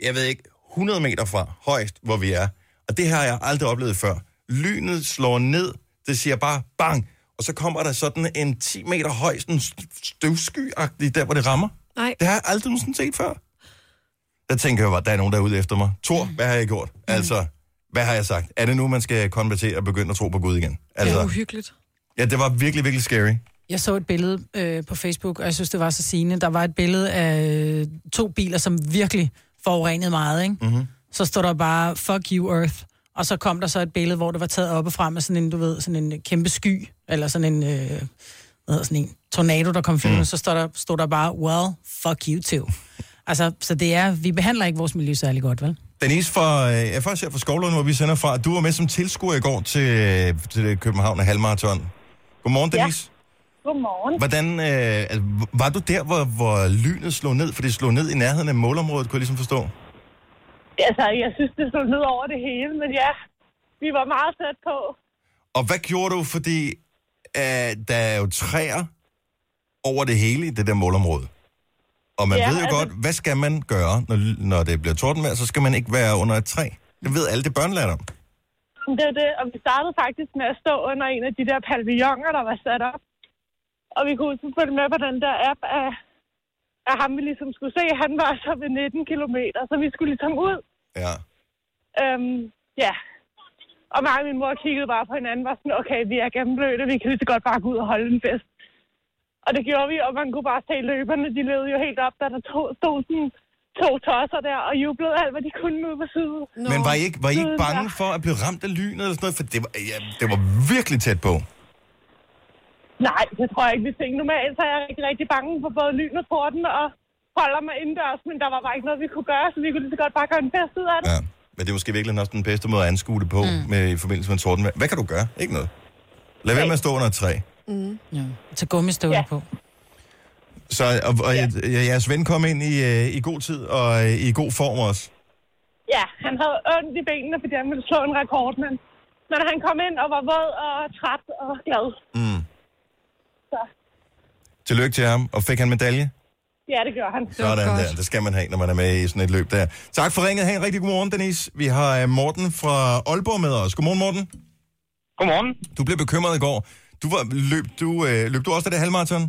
[SPEAKER 4] jeg ved ikke, 100 meter fra højst, hvor vi er. Og det har jeg aldrig oplevet før. Lynet slår ned, det siger bare bang, og så kommer der sådan en 10 meter høj sådan st- støvsky-agtig, der hvor det rammer.
[SPEAKER 9] Nej.
[SPEAKER 4] Det har jeg aldrig nogensinde set før. Der tænker jeg bare, der er nogen, der er ude efter mig. Tor, hvad har jeg gjort? Altså, hvad har jeg sagt? Er det nu, man skal konvertere og begynde at tro på Gud igen?
[SPEAKER 5] Det er
[SPEAKER 4] Altså,
[SPEAKER 9] uhyggeligt.
[SPEAKER 4] ja, det var virkelig, virkelig scary.
[SPEAKER 5] Jeg så et billede øh, på Facebook, og jeg synes, det var så sigende. Der var et billede af øh, to biler, som virkelig forurenede meget, ikke?
[SPEAKER 4] Mm-hmm.
[SPEAKER 5] Så stod der bare, fuck you earth. Og så kom der så et billede, hvor det var taget op og frem af sådan en, du ved, sådan en øh, kæmpe sky, eller sådan en, øh, hvad hedder sådan en tornado, der kom flyvende. Mm. Så stod der, stod der bare, well, fuck you too. altså, så det er, vi behandler ikke vores miljø særlig godt, vel?
[SPEAKER 4] Denise fra, øh, jeg er faktisk her fra Skovlund, hvor vi sender fra. Du var med som tilskuer i går til, øh, til det København og Halmarathon. Godmorgen, Denise.
[SPEAKER 13] Godmorgen.
[SPEAKER 4] Hvordan, øh, altså, var du der, hvor, hvor lynet slog ned? For det slog ned i nærheden af målområdet, kunne jeg ligesom forstå.
[SPEAKER 13] Altså, jeg synes, det stod ned over det hele, men ja, vi var meget tæt på.
[SPEAKER 4] Og hvad gjorde du, fordi øh, der er jo træer over det hele i det der målområde. Og man
[SPEAKER 13] Ja,
[SPEAKER 4] ja, ved jo
[SPEAKER 13] altså-
[SPEAKER 4] altså... godt, hvad skal man gøre, når, ly- når det bliver tordenvejr, så skal man ikke være under et træ. Det ved alle det børnelært om.
[SPEAKER 13] Men Det er det, og vi startede faktisk med at stå under en af de der pavilloner, der var sat op. Og vi kunne sådan følge med på den der app af, af ham, vi ligesom skulle se. Han var så ved 19 km, så vi skulle ligesom ud.
[SPEAKER 4] Ja.
[SPEAKER 13] Øhm, ja. Og mig og min mor kiggede bare på hinanden og var sådan, okay, vi er gennemblødte, vi kan lige så godt bare gå ud og holde en fest. Og det gjorde vi, og man kunne bare se løberne, de levede jo helt op, da der to, stod sådan to tosser der, og jublede alt, hvad de kunne ude på siden.
[SPEAKER 4] No. Men var I, ikke, var I ikke bange for at blive ramt af lynet eller sådan noget? For det var, ja, det var virkelig tæt på.
[SPEAKER 13] Nej, det tror jeg ikke, vi tænkte. Normalt så er jeg rigtig, rigtig bange for både lyn og torden, og holder mig indendørs, men der var bare ikke noget, vi kunne gøre, så vi kunne lige så godt bare gøre en fest ud af det. Ja.
[SPEAKER 4] Men det er måske virkelig også den bedste måde at anskue det på mm. med, i forbindelse med en tordenvejr. Hvad kan du gøre? Ikke noget. Lad være med at stå under et træ.
[SPEAKER 5] Mm. Ja. Tag gummistøvler ja. på.
[SPEAKER 4] Så, og, og ja. jeres ven kom ind i, øh, i god tid og øh, i god form også.
[SPEAKER 13] ja, han havde ondt i benene, fordi han ville slå en rekord, men, men han kom ind og var våd og træt og glad.
[SPEAKER 4] Mm.
[SPEAKER 13] Så
[SPEAKER 4] Tillykke til ham. Og fik han medalje?
[SPEAKER 13] ja, det gjorde han.
[SPEAKER 4] Sådan der. Det skal man have, når man er med i sådan et løb der. Tak for ringet. Ha' en rigtig god morgen, Denise. Vi har øh, Morten fra Aalborg med os. Godmorgen, Morten.
[SPEAKER 14] Godmorgen.
[SPEAKER 4] Du blev bekymret i går. Du var, løb, du, øh, løb du også det der halvmarathon?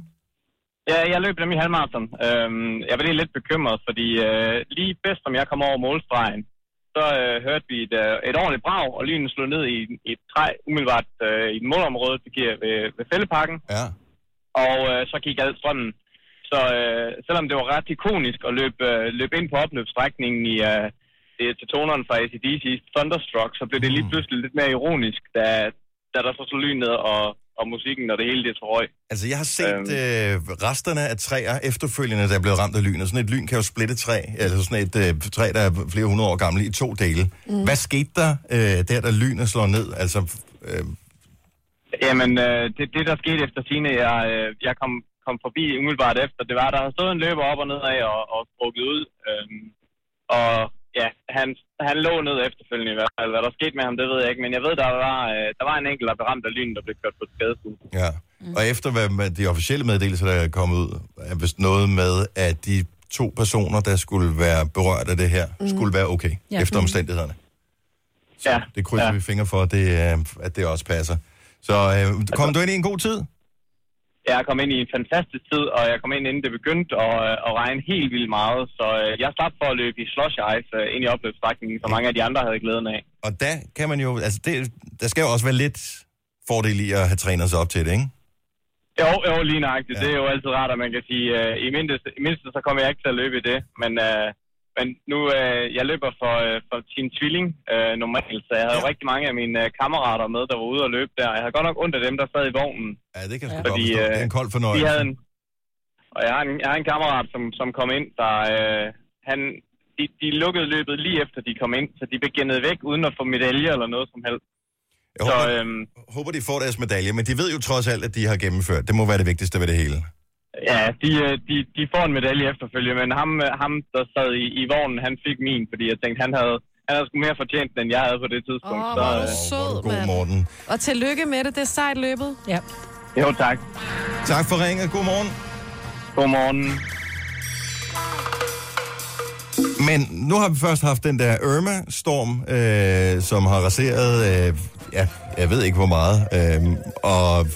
[SPEAKER 13] Ja, jeg løb nemlig halvmarathon. Øhm, jeg var lige lidt bekymret, fordi øh, lige bedst, som jeg kom over målstregen, så øh, hørte vi et, øh, et ordentligt brag, og lynen slog ned i, i et træ umiddelbart øh, i et målområde, det giver ved, ved fældeparken.
[SPEAKER 4] Ja.
[SPEAKER 13] Og øh, så gik alt strømmen. Så øh, selvom det var ret ikonisk at løbe, øh, løbe ind på opløbsstrækningen i, øh, det- til toneren fra ACDC's Thunderstruck, så blev det
[SPEAKER 4] Mm.
[SPEAKER 13] lige pludselig lidt mere ironisk, da, da der så slog lynet og, og musikken og det hele det så røg.
[SPEAKER 4] Altså, jeg har set øh, resterne af træer efterfølgende, der er blevet ramt af lyn. Og sådan et lyn kan jo splitte træ, altså sådan et øh, træ, der er flere hundrede år gammel, i to dele. Mm. Hvad skete der, øh, der da lynet slår ned? Altså, øh,
[SPEAKER 13] Jamen, øh, det, det der skete efter sine, jeg, øh, jeg kom, kom forbi umiddelbart efter, det var, at der havde stået en løber op og ned af og, og sprukket ud. Øhm, og ja, han, han lå ned efterfølgende i hvert fald. Hvad der skete med ham, det ved jeg ikke. Men jeg ved, der var, øh, der var en enkelt, der blev ramt af lynet, der blev kørt på skadestuen.
[SPEAKER 4] ja. Mm. Og efter hvad man- de officielle meddelelser, der er kommet ud, er vist noget med, at de to personer, der skulle være berørt af det her, mm. skulle være okay,
[SPEAKER 13] Ja.
[SPEAKER 4] ja. efter
[SPEAKER 13] Mm.
[SPEAKER 4] omstændighederne.
[SPEAKER 13] Ja.
[SPEAKER 4] Det krydser ja. vi fingre for, at det, øh, at det også passer. Så øh, kom du ind i en god tid?
[SPEAKER 13] Jeg kom ind i en fantastisk tid, og jeg kom ind, inden det begyndte at, øh, at regne helt vildt meget. Så øh, jeg slap for at løbe i slush ice øh, ind i opløbsstrækningen, som mange af de andre havde glæden af.
[SPEAKER 4] Og der kan man jo, altså det, der skal jo også være lidt fordel i at have trænet sig op til det, ikke?
[SPEAKER 13] Jo, jo, lige nøjagtigt. Ja. Det er jo altid rart, at man kan sige, øh, i, mindste, i mindste så kommer jeg ikke til at løbe i det. Men, øh, men nu, øh, jeg løber for, øh, for Team Tvilling øh, normalt, så jeg havde ja. jo rigtig mange af mine øh, kammerater med, der var ude og løbe der. Jeg havde godt nok ondt af dem, der sad i vognen.
[SPEAKER 4] Ja, det kan jeg
[SPEAKER 13] ja.
[SPEAKER 4] sgu godt forstå. Det er en kold fornøjelse.
[SPEAKER 13] øh, De havde en, og jeg har en, jeg har en kammerat, som, som kom ind, der... Øh, han, de, de lukkede løbet lige efter, de kom ind, så de blev gennet væk, uden at få medalje eller noget som helst.
[SPEAKER 4] Jeg
[SPEAKER 13] Så,
[SPEAKER 4] håber,
[SPEAKER 13] øhm,
[SPEAKER 4] håber, de får deres medalje, men de ved jo trods alt, at de har gennemført. Det må være det vigtigste ved det hele.
[SPEAKER 13] Ja, de, øh, de, de får en medalje efterfølgende, men ham, øh, ham der sad i, i vognen, han fik min, fordi jeg tænkte, han havde, han havde sgu mere fortjent, den, end jeg havde på det tidspunkt.
[SPEAKER 9] Åh,
[SPEAKER 13] så,
[SPEAKER 9] hvor er du
[SPEAKER 13] øh,
[SPEAKER 9] sød, mand.
[SPEAKER 4] Morten.
[SPEAKER 9] Og tillykke med det. Det er sejt løbet.
[SPEAKER 5] Ja.
[SPEAKER 13] Jo, tak.
[SPEAKER 4] Tak for ringet. Godmorgen.
[SPEAKER 13] Godmorgen.
[SPEAKER 4] Men nu har vi først haft den der Irma-storm, øh, som har raseret, øh, ja, jeg ved ikke hvor meget. Øh, og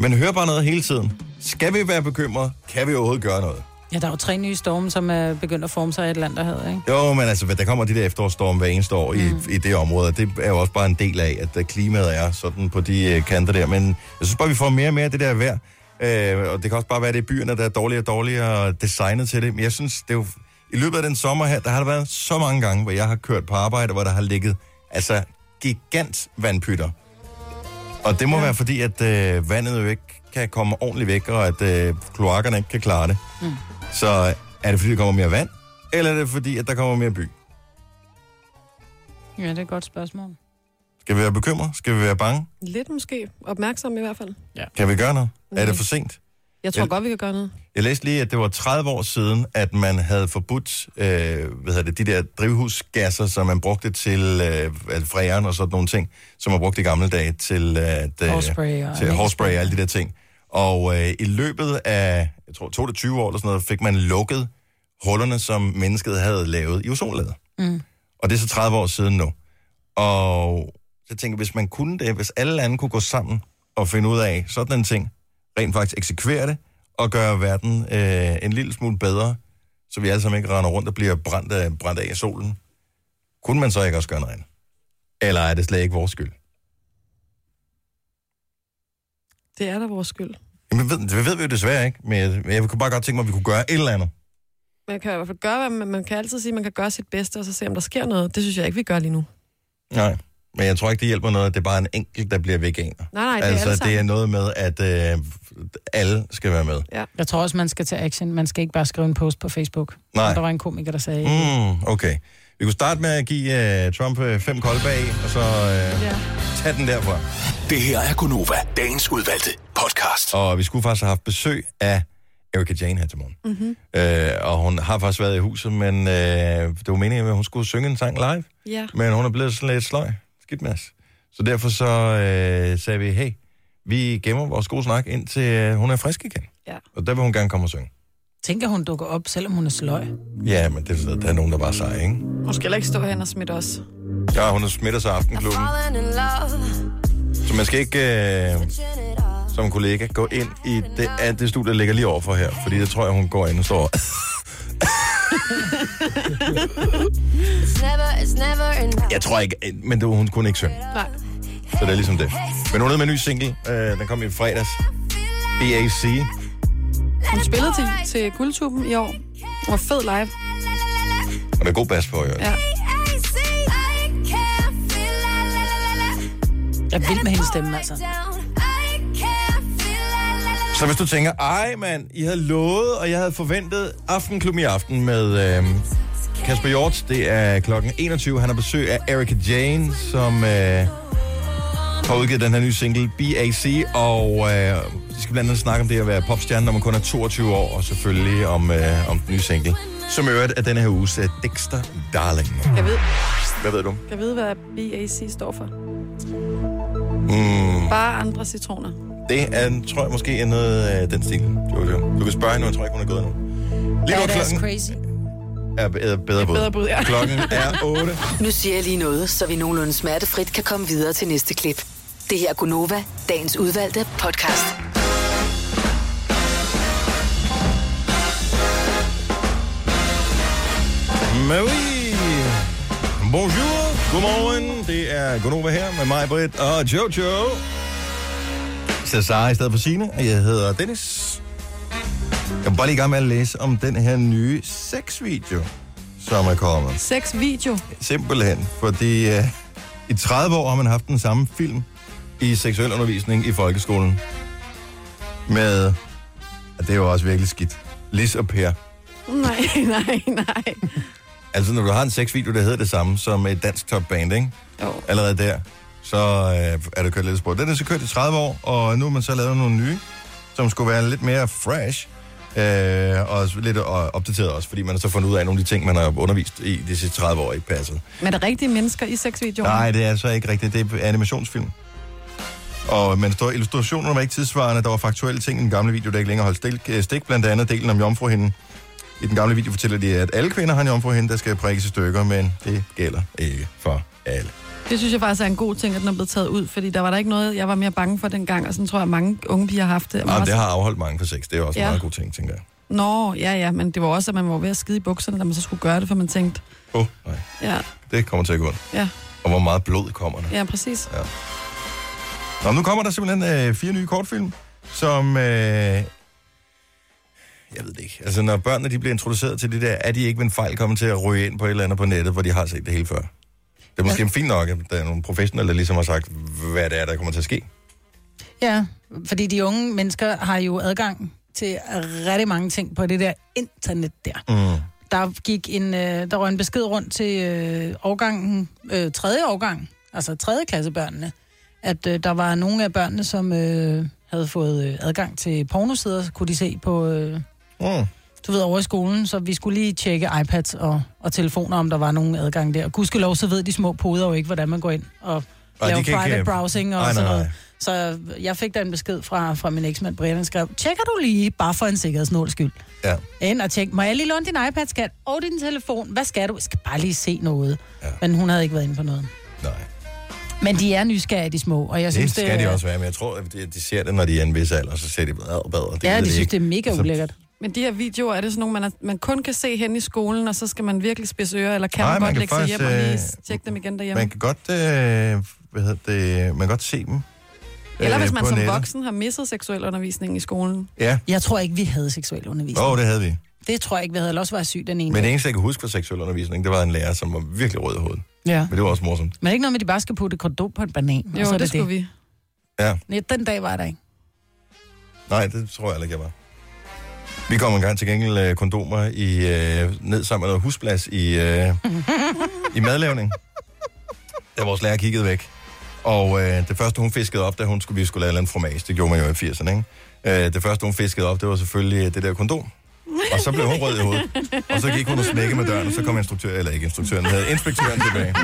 [SPEAKER 4] man hører bare noget hele tiden. Skal vi være bekymrede? Kan vi overhovedet gøre noget?
[SPEAKER 5] Ja, der er jo tre nye storme, som er begyndt at forme sig i Atlanterhavet, ikke?
[SPEAKER 4] Jo, men altså, der kommer de der efterårsstorme hver eneste år mm. i, i det område, og det er jo også bare en del af, at der klimaet er sådan på de øh, kanter der. Men jeg synes bare, vi får mere og mere af det der vejr, øh, og det kan også bare være, at det er byerne, der er dårligere og dårligere designet til det. Men jeg synes, det er jo, i løbet af den sommer her, der har der været så mange gange, hvor jeg har kørt på arbejde, hvor der har ligget altså gigant vandpytter. Og det må ja. være fordi, at øh, vandet jo ikke kan komme ordentligt væk, og at øh, kloakkerne ikke kan klare det.
[SPEAKER 5] Mm.
[SPEAKER 4] Så er det fordi, der kommer mere vand, eller er det fordi, at der kommer mere by?
[SPEAKER 5] Ja, det er et godt spørgsmål.
[SPEAKER 4] Skal vi være bekymret? Skal vi være bange?
[SPEAKER 9] Lidt måske. Opmærksom i hvert fald. Ja.
[SPEAKER 4] Kan vi gøre noget? Er
[SPEAKER 5] Mm.
[SPEAKER 4] det for sent?
[SPEAKER 9] Jeg tror
[SPEAKER 4] Jeg-
[SPEAKER 9] godt, vi kan gøre noget.
[SPEAKER 4] Jeg læste lige, at det var 30 år siden, at man havde forbudt øh, hvad hedder det, de der drivhusgasser, som man brugte til øh, altså fræren og sådan nogle ting, som man brugte i gamle dage til, at, øh,
[SPEAKER 5] Hårspray og-
[SPEAKER 4] til hårspray og alle de der ting. Og øh, i løbet af, jeg tror, 22 år eller sådan noget, fik man lukket hullerne, som mennesket havde lavet i ozonlaget.
[SPEAKER 5] Mm.
[SPEAKER 4] Og det er så 30 år siden nu. Og så tænker jeg, hvis man kunne det, hvis alle lande kunne gå sammen og finde ud af sådan en ting, rent faktisk eksekvere det, og gøre verden øh, en lille smule bedre, så vi alle sammen ikke render rundt og bliver brændt af, brændt af i solen, kunne man så ikke også gøre noget andet? Eller er det slet ikke vores skyld?
[SPEAKER 9] Det er da vores skyld.
[SPEAKER 4] Jamen, ved, det ved vi jo desværre ikke, men jeg, men jeg kunne bare godt tænke mig, at vi kunne gøre et eller andet.
[SPEAKER 9] Man kan i hvert fald gøre, hvad man, man kan altid sige, at man kan gøre sit bedste, og så se, om der sker noget. Det synes jeg ikke, vi gør lige nu.
[SPEAKER 4] Nej, men jeg tror ikke, det hjælper noget, at det er bare en enkelt, der bliver veganer.
[SPEAKER 9] Nej, nej, det er
[SPEAKER 4] altså,
[SPEAKER 9] alle
[SPEAKER 4] det er
[SPEAKER 9] sammen.
[SPEAKER 4] noget med, at øh, alle skal være med.
[SPEAKER 9] Ja.
[SPEAKER 5] Jeg tror også, man skal tage action. Man skal ikke bare skrive en post på Facebook.
[SPEAKER 4] Nej.
[SPEAKER 5] Som Der var en komiker, der sagde...
[SPEAKER 4] Mm, okay. Vi kunne starte med at give øh, Trump øh, fem kolde bag, og så øh,
[SPEAKER 5] Ja.
[SPEAKER 4] ja. tage den derfra.
[SPEAKER 3] Det her er Gonova, dagens udvalgte podcast.
[SPEAKER 4] Og vi skulle faktisk have haft besøg af Erika Jane her til morgen.
[SPEAKER 3] Mm-hmm.
[SPEAKER 4] Øh, og hun har faktisk været i huset, men øh, det var meningen, at hun skulle synge en sang live.
[SPEAKER 9] Ja.
[SPEAKER 4] Men hun er blevet sådan lidt sløj. Skidt mas. Så derfor så øh, sagde vi, hey, vi gemmer vores gode snak, indtil øh, hun er frisk igen.
[SPEAKER 9] Ja.
[SPEAKER 4] Og der vil hun gerne komme og synge.
[SPEAKER 5] Tænker hun dukker op, selvom hun er sløj.
[SPEAKER 4] Ja, men det er sådan noget, der er nogen, der bare sej, ikke?
[SPEAKER 9] Hun skal heller ikke stå hen og smitte os.
[SPEAKER 4] Ja, hun smitter sig i aftenklubben. Så man skal ikke... Øh, som kollega, gå ind i det, at det studie, der ligger lige overfor her. Fordi jeg tror, jeg, hun går ind og står...
[SPEAKER 14] It's never, it's never enough.
[SPEAKER 4] Jeg tror ikke, øh, men det, var- hun kunne ikke synge.
[SPEAKER 14] Nej.
[SPEAKER 4] Så det er ligesom det. Men hun er ude med en ny single. Øh, den kom i fredags. BAC.
[SPEAKER 9] Hun spillede til, til guldtuben i år. Hun var fed live.
[SPEAKER 4] Og der er god bas på, jo.
[SPEAKER 9] Ja.
[SPEAKER 5] Jeg vil med hendes stemme, altså.
[SPEAKER 4] Så hvis du tænker, ej mand, I havde lovet, og jeg havde forventet Aftenklub i aften med øh, Kasper Hjort. Det er klokken 21. Han har besøg af Erika Jane, som øh, har udgivet den her nye single BAC. Og øh, de skal blandt andet snakke om det at være popstjerne, når man kun er 22 år. Og selvfølgelig om, øh, om den nye single. Som i øvrigt er denne her uges øh, Dexter Darling.
[SPEAKER 9] Jeg ved,
[SPEAKER 4] Hvad ved du?
[SPEAKER 9] jeg ved, hvad BAC står for.
[SPEAKER 4] Mm,
[SPEAKER 9] Bare andre citroner.
[SPEAKER 4] det er, tror jeg måske er noget af den stil. Jojo. Du kan spørge hende, jeg tror ikke, hun er gået nu. Lige nu er klokken
[SPEAKER 5] crazy.
[SPEAKER 4] er bedre, bedre bud.
[SPEAKER 2] bedre bud, ja.
[SPEAKER 4] Klokken er 8.
[SPEAKER 2] Nu siger jeg lige noget, så vi nogenlunde smertefrit kan komme videre til næste klip. Det her er Gunova, dagens udvalgte podcast.
[SPEAKER 4] Mais oui. Bonjour. Godmorgen. Det er Gunova her med mig, Britt og Jojo. Cesar i stedet for Signe, og jeg hedder Dennis. Jeg er bare lige i gang med at læse om den her nye sexvideo, som er kommet.
[SPEAKER 9] Seks video.
[SPEAKER 4] Simpelthen, fordi øh, i 30 år har man haft den samme film i seksuel undervisning i folkeskolen. Med, og det er jo også virkelig skidt, Lis og Per.
[SPEAKER 9] Nej, nej, nej.
[SPEAKER 4] Altså, når du har en sexvideo, der hedder det samme som et dansk topband, ikke?
[SPEAKER 9] Jo.
[SPEAKER 4] Allerede der, så øh, er det kørt lidt spor. Den er så kørt i 30 år, og nu har man så lavet nogle nye, som skulle være lidt mere fresh. Øh, og også lidt øh, opdateret også, fordi man har så fundet ud af, at nogle af de ting, man har undervist i de sidste 30 år, ikke passet.
[SPEAKER 9] Men er der rigtige mennesker i seks videoer?
[SPEAKER 4] Nej, det er så ikke rigtigt. Det er animationsfilm. Og man står illustrationerne var ikke tidsvarende. Der var faktuelle ting i den gamle video, der ikke længere holdt stik, øh, stik blandt andet delen om jomfruhinden. I den gamle video fortæller de, at alle kvinder har en jomfruhinde, der skal prikkes i stykker, men det gælder ikke for alle.
[SPEAKER 9] Det synes jeg faktisk er en god ting, at den er blevet taget ud, fordi der var der ikke noget, jeg var mere bange for dengang, og sådan tror jeg, mange unge piger har haft det.
[SPEAKER 4] Nej,
[SPEAKER 9] Også-
[SPEAKER 4] Ah, det har afholdt mange for sex. Det er også ja.
[SPEAKER 9] Ja.
[SPEAKER 4] en meget god ting, tænker jeg.
[SPEAKER 9] Nå, ja, ja, men det var også, at man var ved at skide i bukserne, da man så skulle gøre det, for man tænkte,
[SPEAKER 4] Åh, oh, nej.
[SPEAKER 9] ja,
[SPEAKER 4] Det kommer til at gå ondt.
[SPEAKER 9] ja,
[SPEAKER 4] Og hvor meget blod kommer der.
[SPEAKER 9] ja, præcis.
[SPEAKER 4] Ja. Nå, nu kommer der simpelthen øh, fire nye kortfilm, som... Øh, jeg ved det ikke. Altså, når børnene de bliver introduceret til det der, er de ikke ved en fejl kommet til at ryge ind på et eller andet på nettet, hvor de har set det hele før? Det er måske ja. fint nok, at der er nogle professionelle, der ligesom har sagt, hvad det er, der kommer til at ske.
[SPEAKER 5] Ja, fordi de unge mennesker har jo adgang til rigtig mange ting på det der internet der.
[SPEAKER 4] Mm.
[SPEAKER 5] Der gik en, øh, der røg en besked rundt til øh, årgangen, øh, tredje årgang, altså tredje klassebørnene, at øh, der var nogle af børnene, som øh, havde fået øh, adgang til pornosider, så kunne de se på, øh,
[SPEAKER 4] mm.
[SPEAKER 5] du ved, over i skolen, så vi skulle lige tjekke iPads og, og telefoner, om der var nogen adgang der. Gudskelov, så ved de små poder jo ikke, hvordan man går ind og
[SPEAKER 4] Ej, de
[SPEAKER 5] laver
[SPEAKER 4] kan ikke,
[SPEAKER 5] private
[SPEAKER 4] øh,
[SPEAKER 5] browsing og
[SPEAKER 4] nej, nej,
[SPEAKER 5] sådan noget.
[SPEAKER 4] nej.
[SPEAKER 5] Så jeg fik da en besked fra, fra min eksmand Brian, han skrev, tjekker du lige, bare for en sikkerhedsnåls skyld.
[SPEAKER 4] Ja.
[SPEAKER 5] Ind og tjek, må jeg lige låne din iPad, skat? Og din telefon, hvad skal du? Jeg skal bare lige se noget. Ja. Men hun havde ikke været inde på noget.
[SPEAKER 4] Nej.
[SPEAKER 5] Men de er nysgerrige, de små, og jeg
[SPEAKER 4] det
[SPEAKER 5] synes,
[SPEAKER 4] skal
[SPEAKER 5] det,
[SPEAKER 4] de
[SPEAKER 5] er-
[SPEAKER 4] også være, men jeg tror, at de, de ser det, når de er en vis alder, så ser de bedre og bedre.
[SPEAKER 5] Ja,
[SPEAKER 4] ved
[SPEAKER 5] de synes,
[SPEAKER 4] ikke. Altså-
[SPEAKER 5] det er mega
[SPEAKER 4] Så-
[SPEAKER 5] ulækkert.
[SPEAKER 9] Men de her videoer, er det sådan nogle, man, er, man kun kan se hen i skolen, og så skal man virkelig spidse ører, eller kan
[SPEAKER 4] Nej,
[SPEAKER 9] man,
[SPEAKER 4] man
[SPEAKER 9] godt
[SPEAKER 4] kan
[SPEAKER 9] lægge sig hjem og
[SPEAKER 4] faktisk,
[SPEAKER 9] lige
[SPEAKER 4] øh,
[SPEAKER 9] tjekke dem igen derhjemme?
[SPEAKER 4] Man kan godt, øh, hvad hedder det, man kan godt se dem.
[SPEAKER 9] Eller
[SPEAKER 4] øh,
[SPEAKER 9] hvis man
[SPEAKER 4] på
[SPEAKER 9] som
[SPEAKER 4] nettet.
[SPEAKER 9] voksen har misset seksuel undervisning i skolen.
[SPEAKER 4] Ja.
[SPEAKER 5] Jeg tror ikke, vi havde seksuel undervisning.
[SPEAKER 4] Åh, oh, det havde vi.
[SPEAKER 5] Det tror jeg ikke, vi havde. Eller også var jeg syg den ene.
[SPEAKER 4] Men det
[SPEAKER 5] dag.
[SPEAKER 4] eneste, jeg kan huske fra seksuel undervisning, det var en lærer, som var virkelig rød i hovedet.
[SPEAKER 5] Ja.
[SPEAKER 4] Men det var også morsomt.
[SPEAKER 5] Men ikke noget med, at de bare skal putte kondom på en banan.
[SPEAKER 9] Jo,
[SPEAKER 5] og så er
[SPEAKER 9] det skulle vi.
[SPEAKER 4] Ja,
[SPEAKER 5] Nej, den dag var der ikke.
[SPEAKER 4] nej, det tror jeg heller ikke, jeg var. Vi kom engang til gengæld øh, kondomer i, øh, ned sammen med noget husplads i, øh, i madlavning. Da vores lærer kiggede væk. Og øh, det første, hun fiskede op, da hun skulle, vi skulle lave en eller anden fromage, det gjorde man jo i 80'erne, ikke? Øh, det første, hun fiskede op, det var selvfølgelig øh, det der kondom. Og så blev hun rød i hovedet. Og så gik hun og smækkede med døren, og så kom instruktøren, eller ikke instruktøren, havde inspektøren tilbage.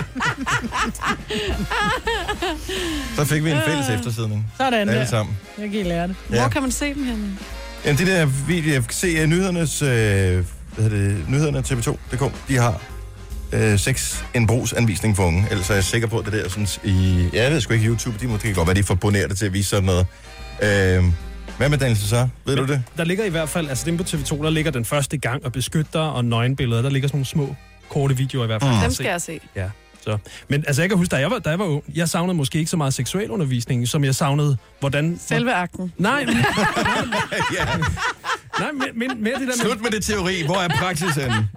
[SPEAKER 4] Så fik vi en fælles eftersidning.
[SPEAKER 5] Sådan
[SPEAKER 4] Alle
[SPEAKER 5] der.
[SPEAKER 4] sammen.
[SPEAKER 5] Jeg kan lære det.
[SPEAKER 4] Ja.
[SPEAKER 9] Hvor kan man se dem henne?
[SPEAKER 4] Jamen, de der video, jeg kan se uh, nyhedernes, øh, hvad hedder det, nyhederne tv2.dk, de har øh, sex en brugsanvisning for unge. Ellers er jeg sikker på, at det der sådan, i, ja, jeg ved sgu ikke, YouTube, de måske godt være, de forbonerer det til at vise sådan noget. Øh, hvad med Daniel så? Ved du det?
[SPEAKER 6] Der ligger i hvert fald, altså den på TV2, der ligger den første gang og beskytter og nøgenbilleder. Der ligger sådan nogle små, korte videoer i hvert fald.
[SPEAKER 9] Mm.
[SPEAKER 6] at
[SPEAKER 9] Dem
[SPEAKER 6] se.
[SPEAKER 9] skal jeg se.
[SPEAKER 6] Ja. Så. Men altså, jeg kan huske, da jeg var, da jeg var ung, jeg savnede måske ikke så meget seksualundervisning, som jeg savnede, hvordan...
[SPEAKER 9] Selve akten.
[SPEAKER 6] Nej, men... Nej, men, men mere det der...
[SPEAKER 4] Slut med det teori. Hvor er praksis henne?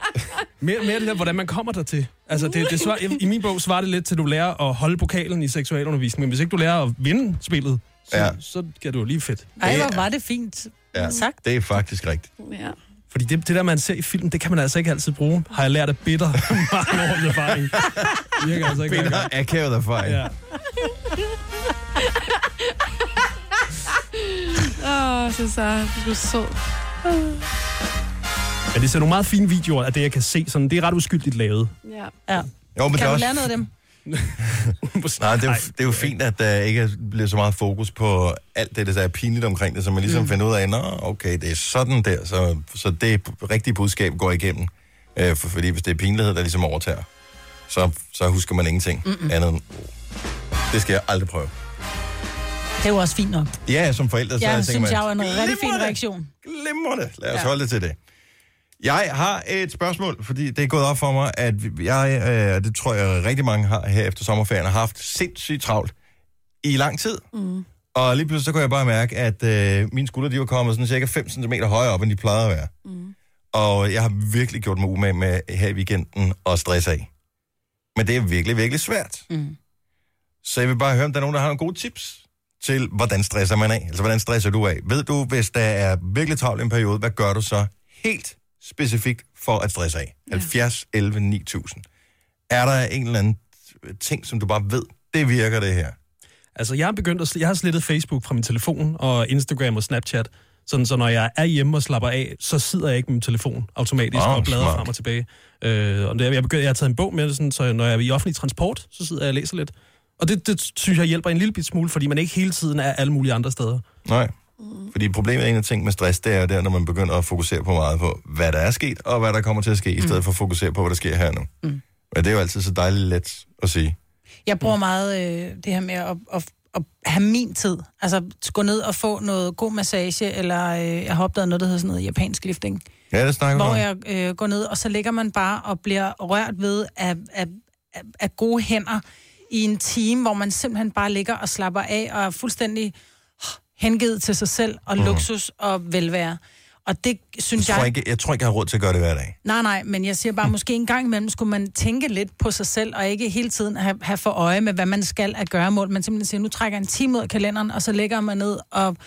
[SPEAKER 6] mere, mere det der, hvordan man kommer der til. Altså, det, det svar, I min bog svarer det lidt til, at du lærer at holde pokalen i seksualundervisning, men hvis ikke du lærer at vinde spillet, så, ja. så kan det jo lige fedt.
[SPEAKER 5] Ej, hvor var det fint
[SPEAKER 4] Ja,
[SPEAKER 5] sagt.
[SPEAKER 4] det er faktisk rigtigt.
[SPEAKER 9] Ja.
[SPEAKER 6] Fordi det, det der, man ser i film, det kan man altså ikke altid bruge. Har jeg lært af bitter mange års erfaring. Virker altså ikke
[SPEAKER 4] Bitter akavet erfaring.
[SPEAKER 6] Ja.
[SPEAKER 9] Åh, oh, Cesar, du er sød.
[SPEAKER 6] Men det ser nogle meget fine videoer af det, jeg kan se. Sådan, det er ret uskyldigt lavet.
[SPEAKER 9] Ja.
[SPEAKER 5] ja.
[SPEAKER 4] Jo, men
[SPEAKER 5] kan
[SPEAKER 4] det er
[SPEAKER 5] du
[SPEAKER 4] også-
[SPEAKER 5] lære noget af dem?
[SPEAKER 4] Nej, det er, jo, det er jo fint, at der ikke bliver så meget fokus på alt det, der er pinligt omkring det, så man ligesom mm. finder ud af, at okay, det er sådan der, så, så det rigtige budskab går igennem. Øh, for, fordi hvis det er pinlighed, der ligesom overtager, så, så husker man ingenting
[SPEAKER 5] Mm-mm.
[SPEAKER 4] Mm-mm. andet end, "Åh, det skal jeg aldrig prøve.
[SPEAKER 5] Det er jo også fint nok.
[SPEAKER 4] Ja, som forældre, så
[SPEAKER 5] Ja,
[SPEAKER 4] jeg
[SPEAKER 5] jeg
[SPEAKER 4] tænker
[SPEAKER 5] synes
[SPEAKER 4] man,
[SPEAKER 5] jeg er en rigtig fin
[SPEAKER 4] "Glimrende,
[SPEAKER 5] reaktion.
[SPEAKER 4] Glimrende. Lad os ja. holde det til det. Jeg har et spørgsmål, fordi det er gået op for mig, at jeg, øh, og det tror jeg rigtig mange har her efter sommerferien, har haft sindssygt travlt i lang tid.
[SPEAKER 9] Mm.
[SPEAKER 4] Og lige pludselig så kunne jeg bare mærke, at øh, mine skuldre de var kommet sådan cirka 5 cm højere op, end de plejede at være. Mm. Og jeg har virkelig gjort mig umage med her i weekenden at stresse af. Men det er virkelig, virkelig svært.
[SPEAKER 5] Mm.
[SPEAKER 4] Så jeg vil bare høre, om der er nogen, der har nogle gode tips til, hvordan stresser man af? Altså, hvordan stresser du af? Ved du, hvis der er virkelig travlt i en periode, hvad gør du så helt specifikt for at stresse af? 70, 11, 9000. Er der en eller anden ting, som du bare ved, det virker det her?
[SPEAKER 6] Altså, jeg har begyndt at, sl- jeg har slettet Facebook fra min telefon og Instagram og Snapchat. Sådan, så når jeg er hjemme og slapper af, så sidder jeg ikke med min telefon automatisk
[SPEAKER 4] Åh,
[SPEAKER 6] oh, og bladrer
[SPEAKER 4] smart.
[SPEAKER 6] frem og tilbage. Øh, og det, er- jeg, begynder, jeg har taget en bog med, det, sådan, så når jeg er i offentlig transport, så sidder jeg og læser lidt. Og det, det synes jeg hjælper en lille bit smule, fordi man ikke hele tiden er alle mulige andre steder.
[SPEAKER 4] Nej.
[SPEAKER 5] Mm.
[SPEAKER 4] Fordi problemet er en af ting med stress, det er jo der, når man begynder at fokusere på meget på, hvad der er sket, og hvad der kommer til at ske, i
[SPEAKER 5] Mm.
[SPEAKER 4] stedet for at fokusere på, hvad der sker her nu. Mm. Og det er jo altid så dejligt let at sige.
[SPEAKER 5] Jeg bruger meget øh, det her med at, at, at have min tid. Altså gå ned og få noget god massage, eller øh, jeg har opdaget noget, der hedder sådan noget japansk lifting.
[SPEAKER 4] Ja, det snakker vi
[SPEAKER 5] Hvor
[SPEAKER 4] om.
[SPEAKER 5] jeg øh, går ned, og så ligger man bare og bliver rørt ved af, af, af, af gode hænder i en time, hvor man simpelthen bare ligger og slapper af og er fuldstændig hengivet til sig selv og
[SPEAKER 4] Mhm.
[SPEAKER 5] luksus og velvære. Og det synes
[SPEAKER 4] Jeg tror,
[SPEAKER 5] jeg...
[SPEAKER 4] ikke, Mm. jeg tror ikke, jeg har råd til at gøre det hver dag.
[SPEAKER 5] Nej, nej, men jeg siger bare, måske en gang imellem skulle man tænke lidt på sig selv, og ikke hele tiden have, have for øje med, hvad man skal at gøre mål. Man simpelthen siger, nu trækker jeg en time ud af kalenderen, og så lægger man ned, og,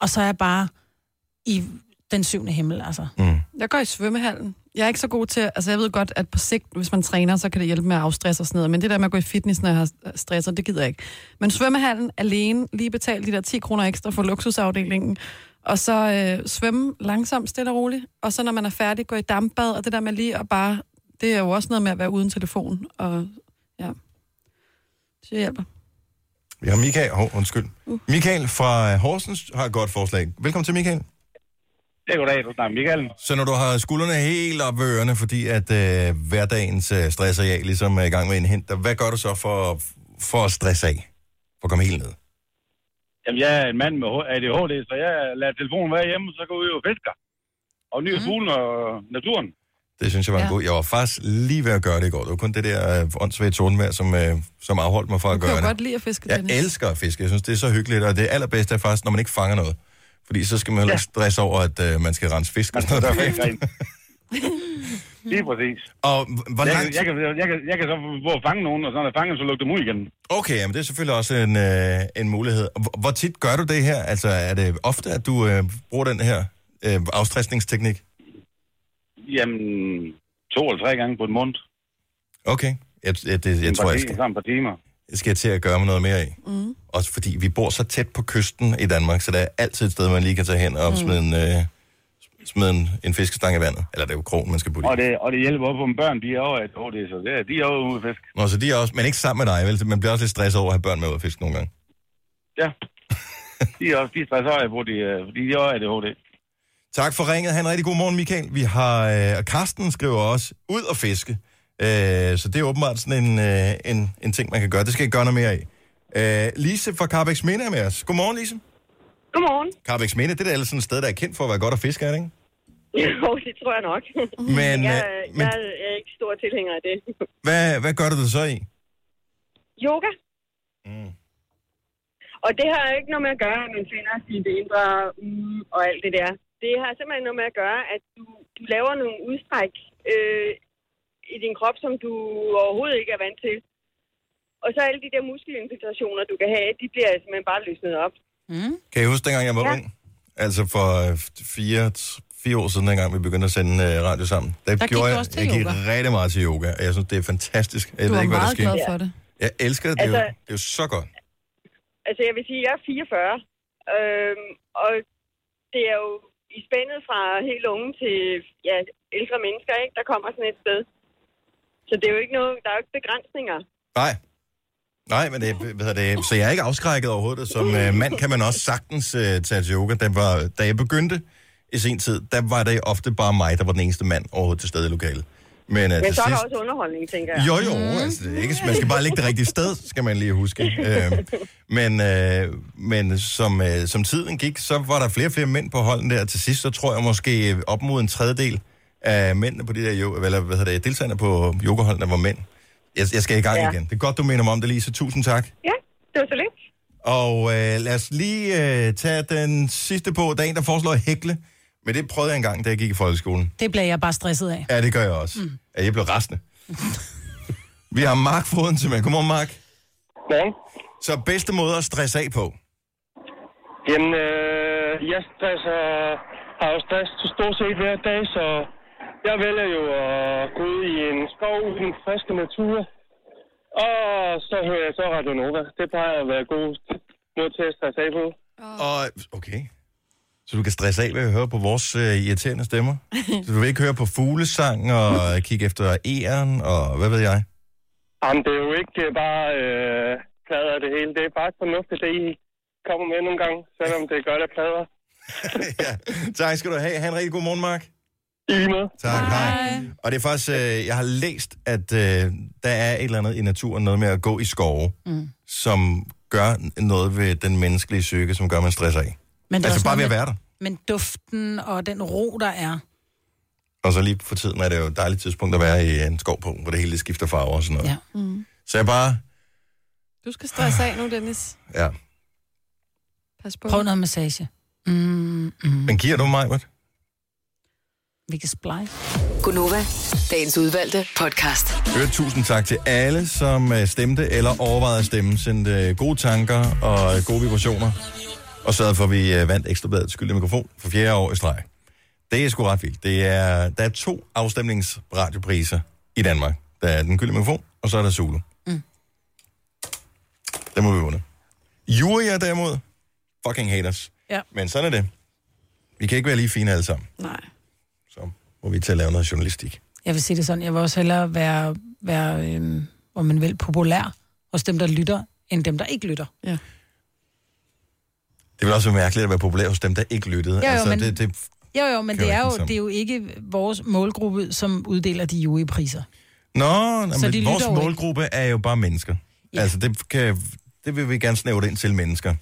[SPEAKER 5] og så er jeg bare i den syvende himmel, altså.
[SPEAKER 4] Mm.
[SPEAKER 9] Jeg går i svømmehallen. Jeg er ikke så god til, altså jeg ved godt, at på sigt, hvis man træner, så kan det hjælpe med at afstresse og sådan noget, men det der med at gå i fitness, når jeg har stresser, det gider jeg ikke. Men svømmehallen alene, lige betalt de der 10 kroner ekstra for luksusafdelingen, og så øh, svømme langsomt, stille og roligt, og så når man er færdig, gå i dampbad, og det der med lige at bare, det er jo også noget med at være uden telefon, og ja, det hjælper.
[SPEAKER 4] Vi har Michael, oh, undskyld.
[SPEAKER 9] Uh.
[SPEAKER 4] Michael fra Horsens har et godt forslag. Velkommen til Michael.
[SPEAKER 15] Det er goddag, du snakker Michael.
[SPEAKER 4] Så når du har skuldrene helt op ved ørerne, fordi at øh, hverdagens øh, stress og jeg ligesom er i gang med en hint, hvad gør du så for, for at stresse af? For at komme helt ned?
[SPEAKER 15] Jamen, jeg er en mand med ADHD, så jeg lader telefonen være hjemme, så går vi ud og fisker. Og
[SPEAKER 5] Mhm.
[SPEAKER 15] nyder mm. fuglen og naturen.
[SPEAKER 4] Det synes jeg var en god. Jeg var faktisk lige ved at gøre det i går. Det var kun det der øh, åndssvage tordenvejr, som, øh, som afholdt mig fra at
[SPEAKER 9] Jeg
[SPEAKER 4] gøre
[SPEAKER 9] kan
[SPEAKER 4] det.
[SPEAKER 9] jo godt lide at fiske,
[SPEAKER 4] Jeg
[SPEAKER 9] Dennis.
[SPEAKER 4] elsker at fiske. Jeg synes, det er så hyggeligt, og det allerbedste er faktisk, når man ikke fanger noget. Fordi så skal man heller ikke stresse over, at øh, man skal rense fisk og sådan noget
[SPEAKER 15] fiske
[SPEAKER 4] derefter.
[SPEAKER 15] Lige præcis.
[SPEAKER 4] Og hvor
[SPEAKER 15] jeg,
[SPEAKER 4] lang
[SPEAKER 15] kan- jeg, kan, jeg, kan, jeg kan så få at fange nogen, og så når jeg fanger, dem, så lukker dem ud igen.
[SPEAKER 4] Okay, men det er selvfølgelig også en, øh, en mulighed. Og Hvor, hvor tit gør du det her? Altså, er det ofte, at du øh, bruger den her øh, afstressningsteknik?
[SPEAKER 15] Jamen, to eller tre gange på en måned.
[SPEAKER 4] Okay. Jeg, jeg, det,
[SPEAKER 15] Et
[SPEAKER 4] jeg
[SPEAKER 15] par
[SPEAKER 4] tror, jeg
[SPEAKER 15] ti-
[SPEAKER 4] skal,
[SPEAKER 15] Sammen på timer.
[SPEAKER 4] jeg skal til at gøre mig noget mere i.
[SPEAKER 15] Mm.
[SPEAKER 4] Også fordi vi bor så tæt på kysten i Danmark, så der er altid et sted, man lige kan tage hen og
[SPEAKER 15] Mm.
[SPEAKER 4] smide en, øh, smide en, en fiskestang i vandet. Eller det er jo krogen, man skal putte i.
[SPEAKER 15] Og det, og det hjælper op på børn, de er over et år, det er så det, er- de er over ude at fiske.
[SPEAKER 4] Nå, så de er også, men ikke sammen med dig, vel? Man bliver også lidt stresset over at have børn med ud at fiske nogle gange.
[SPEAKER 15] De er også, de er så på, de, øh, fordi de er over ADHD.
[SPEAKER 4] Tak for ringet. Han en rigtig god morgen, Michael. Vi har, øh, og Karsten skriver også, ud og fiske. Øh, så det er åbenbart sådan en, øh, en, en ting, man kan gøre. Det skal jeg gøre noget mere af. Øh, Lise fra Carbex Minde er med os. Godmorgen, Lise.
[SPEAKER 13] Godmorgen.
[SPEAKER 4] Carbex Minde, det er da ellers sådan et sted, der er kendt for at være godt at fiske, er det ikke?
[SPEAKER 13] Jo, det tror jeg nok.
[SPEAKER 4] Men,
[SPEAKER 13] jeg,
[SPEAKER 4] øh,
[SPEAKER 13] men... jeg er ikke stor tilhænger af det.
[SPEAKER 4] Hvad, hvad gør du det så i?
[SPEAKER 13] Yoga. Mm. Og det har ikke noget med at gøre, at man finder sit indre ude og alt det der. Det har simpelthen noget med at gøre, at du, du laver nogle udstræk øh, i din krop, som du overhovedet ikke er vant til. Og så alle de der muskelinfiltrationer, du kan have, de bliver simpelthen bare løsnet op.
[SPEAKER 5] Mm.
[SPEAKER 4] Kan I huske, dengang jeg var
[SPEAKER 13] Ja.
[SPEAKER 4] ja. ung? Altså for øh, fire, fire år siden, dengang vi begyndte at sende øh, radio sammen. Der,
[SPEAKER 5] gik
[SPEAKER 4] gjorde
[SPEAKER 5] du
[SPEAKER 4] jeg,
[SPEAKER 5] også til
[SPEAKER 4] jeg gik
[SPEAKER 5] yoga.
[SPEAKER 4] rigtig meget til yoga, og jeg synes, det er fantastisk. Jeg
[SPEAKER 9] Du
[SPEAKER 4] ved
[SPEAKER 9] var
[SPEAKER 4] ikke, hvad der
[SPEAKER 9] meget
[SPEAKER 4] sker.
[SPEAKER 9] glad for det.
[SPEAKER 4] Jeg elsker det. Det er, jo,
[SPEAKER 13] Altså-
[SPEAKER 4] det er jo så godt.
[SPEAKER 13] Altså, jeg vil sige, at jeg er 44, øhm, og det er jo i spændet fra helt unge til ja, ældre mennesker, ikke? der kommer sådan et sted. Så det er jo ikke noget, der er jo ikke begrænsninger.
[SPEAKER 4] Nej. Nej, men det, hvad hedder det, så jeg er ikke afskrækket overhovedet. Som øh, mand kan man også sagtens øh, tage til yoga. Da, var, da jeg begyndte i sin tid, der var det ofte bare mig, der var den eneste mand overhovedet til stede i lokalet. Men, øh,
[SPEAKER 13] Men
[SPEAKER 4] til
[SPEAKER 13] så er der
[SPEAKER 4] sidst-
[SPEAKER 13] også underholdning, tænker jeg.
[SPEAKER 4] Jo, jo, altså, det er ikke, man skal bare ligge det rigtige sted, skal man lige huske. Øh, men øh, men som, øh, som tiden gik, så var der flere og flere mænd på holden der. Til sidst, så tror jeg måske øh, op mod en tredjedel af mændene på de der, jo- eller hvad hedder det, deltagerne på yogaholdene var mænd. Jeg, jeg skal i gang
[SPEAKER 13] Ja.
[SPEAKER 4] ja. igen. Det er godt, du mener mig om det, Lise. Tusind tak.
[SPEAKER 13] Ja, det var så lidt.
[SPEAKER 4] Og øh, lad os lige øh, tage den sidste på. Der er en, der foreslår at hækle. Men det prøvede jeg engang, da jeg gik i folkeskolen.
[SPEAKER 5] Det bliver jeg bare stresset af.
[SPEAKER 4] Ja, det gør jeg også. Mm. Ja, jeg blev rastende. Vi har Mark Foden til med. Godmorgen, Mark.
[SPEAKER 16] Godmorgen.
[SPEAKER 4] Så bedste måde at stresse af på?
[SPEAKER 16] Jamen, øh, jeg stresser, har jo stress til stort set hver dag, så jeg vælger jo at gå ud i en skov i den friske natur. Og så hører jeg så Radio Nova. Det plejer at være god måde til at stresse af på.
[SPEAKER 4] Og, okay. Så du kan stresse af ved at høre på vores øh, irriterende stemmer? Så du vil ikke høre på fuglesang og øh, kigge efter æren og hvad ved jeg?
[SPEAKER 16] Jamen, det er jo ikke øh, bare øh, plader det hele. Det er bare et fornuftigt, det I kommer med nogle gange, selvom det er godt at plader.
[SPEAKER 4] Tak skal du have. Ha' en rigtig god morgen, Mark.
[SPEAKER 16] I lige måde.
[SPEAKER 4] Tak, hej. hej. Og det er faktisk, øh, jeg har læst, at øh, der er et eller andet i naturen, noget med at gå i skove, mm. som gør noget ved den menneskelige psyke, som gør, at man stresser af.
[SPEAKER 5] Men
[SPEAKER 4] Men
[SPEAKER 5] der er
[SPEAKER 4] altså
[SPEAKER 5] også
[SPEAKER 4] bare ved
[SPEAKER 5] noget
[SPEAKER 4] at være
[SPEAKER 5] med-
[SPEAKER 4] der.
[SPEAKER 5] Men duften og den ro, der er.
[SPEAKER 4] Og så lige for tiden er det jo et dejligt tidspunkt at være i en skov på, hvor det hele det skifter farver og sådan noget. Ja.
[SPEAKER 9] Mm.
[SPEAKER 4] Så jeg bare,
[SPEAKER 9] Du skal stresse af nu, Dennis.
[SPEAKER 4] ja.
[SPEAKER 9] Pas på.
[SPEAKER 5] Prøv noget massage. Mm,
[SPEAKER 4] Men giver du mig, hvad?
[SPEAKER 5] vi kan splice.
[SPEAKER 2] Gunova, dagens udvalgte podcast.
[SPEAKER 4] Hørt tusind tak til alle, som øh, stemte eller overvejede at stemme. Sendte øh, gode tanker og øh, gode vibrationer. Og sørgede for, at vi øh, vandt ekstrabladet skyld i mikrofon for fjerde år i streg. Det er sgu ret vildt. Det er, der er to afstemningsradiopriser i Danmark. Der er den gyldne mikrofon, og så er der Zulu.
[SPEAKER 5] Mm.
[SPEAKER 4] Det må vi vunde. Jurier derimod, fucking haters.
[SPEAKER 5] Ja.
[SPEAKER 4] Men sådan er det. Vi kan ikke være lige fine alle sammen.
[SPEAKER 9] Nej.
[SPEAKER 4] Så må vi til at lave noget journalistik.
[SPEAKER 5] Jeg vil sige det sådan, jeg vil også hellere være, være øhm, om man vil, populær hos dem, der lytter, end dem, der ikke lytter.
[SPEAKER 9] Ja.
[SPEAKER 4] Det vil også være mærkeligt at være populær hos dem, der ikke lyttede. Altså,
[SPEAKER 5] Jo, jo, men-
[SPEAKER 4] det, det,
[SPEAKER 5] Jo, jo, men
[SPEAKER 4] Kører
[SPEAKER 5] det er
[SPEAKER 4] ikke
[SPEAKER 5] jo,
[SPEAKER 4] den sammen.
[SPEAKER 5] det er jo ikke vores målgruppe, som uddeler de jurypriser.
[SPEAKER 4] Nå, nej,
[SPEAKER 5] Så
[SPEAKER 4] men
[SPEAKER 5] de lytter
[SPEAKER 4] vores
[SPEAKER 5] jo ikke.
[SPEAKER 4] målgruppe er jo bare mennesker. Ja. Altså, det, kan, det vil vi gerne snævre det ind til mennesker.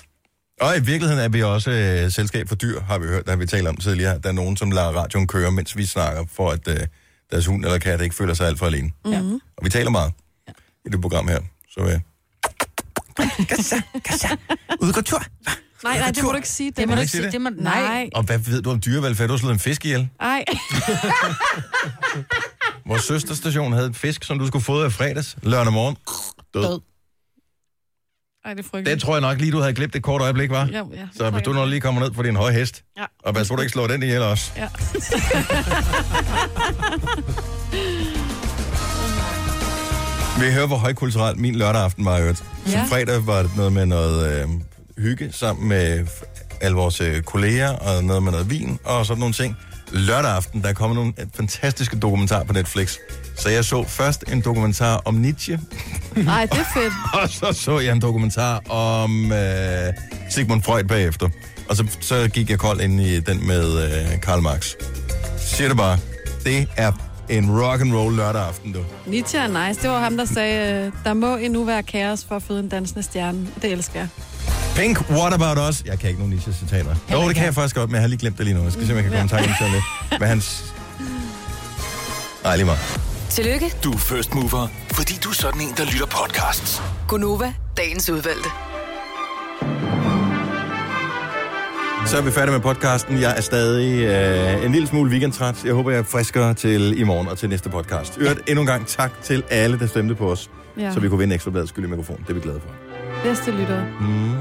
[SPEAKER 4] Og i virkeligheden er vi også øh, selskab for dyr, har vi hørt, der har vi talt om tidligere. Der er nogen, som lader radioen køre, mens vi snakker, for at øh, deres hund eller kat ikke føler sig alt for alene.
[SPEAKER 5] Ja.
[SPEAKER 4] Og vi taler meget ja. i det program her. Så øh, ude går tur.
[SPEAKER 9] Nej, nej, det må du ikke sige.
[SPEAKER 5] Det må du ikke
[SPEAKER 4] sige
[SPEAKER 5] sige.
[SPEAKER 4] det?
[SPEAKER 5] Det må, nej.
[SPEAKER 9] Nej.
[SPEAKER 4] Og hvad ved du om dyrevelfærd? Du har slået en fisk ihjel.
[SPEAKER 9] Ej.
[SPEAKER 4] Vores søsterstation havde en fisk, som du skulle fodre i fredags, lørdag morgen. Død. Død.
[SPEAKER 9] Ej, det er
[SPEAKER 4] Det
[SPEAKER 9] frygteligt.
[SPEAKER 4] tror jeg nok lige, du havde glemt et kort øjeblik, var.
[SPEAKER 9] Jo, ja.
[SPEAKER 4] Så hvis du når lige kommer ned på din høje hest,
[SPEAKER 9] Ja.
[SPEAKER 4] og pas på, du ikke slår den ihjel også.
[SPEAKER 9] Ja.
[SPEAKER 4] Vi hører, hvor højkulturelt min lørdag aften var i øvrigt. Som
[SPEAKER 17] Ja.
[SPEAKER 4] fredag var det noget med noget øh, hygge sammen med f- alle vores øh, kolleger, og noget med noget vin og sådan nogle ting. Lørdag aften, der kommer nogle øh, fantastiske dokumentarer på Netflix. Så jeg så først en dokumentar om Nietzsche,
[SPEAKER 9] Nej, det er fedt.
[SPEAKER 4] og så så jeg en dokumentar om øh, Sigmund Freud bagefter. Og så, så gik jeg kold ind i den med øh, Karl Marx. Siger det bare, det er en rock and roll lørdag aften, du.
[SPEAKER 9] Nietzsche er nice. Det var ham, der sagde, øh, der må endnu være kaos for at føde en dansende stjerne. Det elsker jeg.
[SPEAKER 4] Pink, what about us? Jeg kan ikke nogen Nietzsche-citater. Jo, det kan jeg faktisk godt, men jeg har lige glemt det lige nu. Jeg skal se, om jeg kan komme i tanke om sådan lidt. Hvad hans... Nej, lige meget.
[SPEAKER 2] Tillykke,
[SPEAKER 3] Du er first mover, fordi du er sådan en, der lytter podcasts.
[SPEAKER 2] Gunova, dagens udvalgte.
[SPEAKER 4] Så er vi færdige med podcasten. Jeg er stadig øh, en lille smule weekendtræt. Jeg håber, jeg er friskere til i morgen og til næste podcast. Øvrigt, endnu en gang tak til alle, der stemte på os,
[SPEAKER 9] Ja.
[SPEAKER 4] ja. så vi kunne vinde ekstra bladet skyld i mikrofon. Det er vi glade for.
[SPEAKER 9] Bedste lyttere.
[SPEAKER 4] Mm.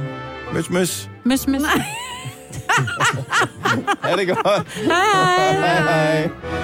[SPEAKER 4] Møs, møs.
[SPEAKER 9] Møs, møs.
[SPEAKER 4] Ha' det godt.
[SPEAKER 9] Hej.
[SPEAKER 4] Hej, hej.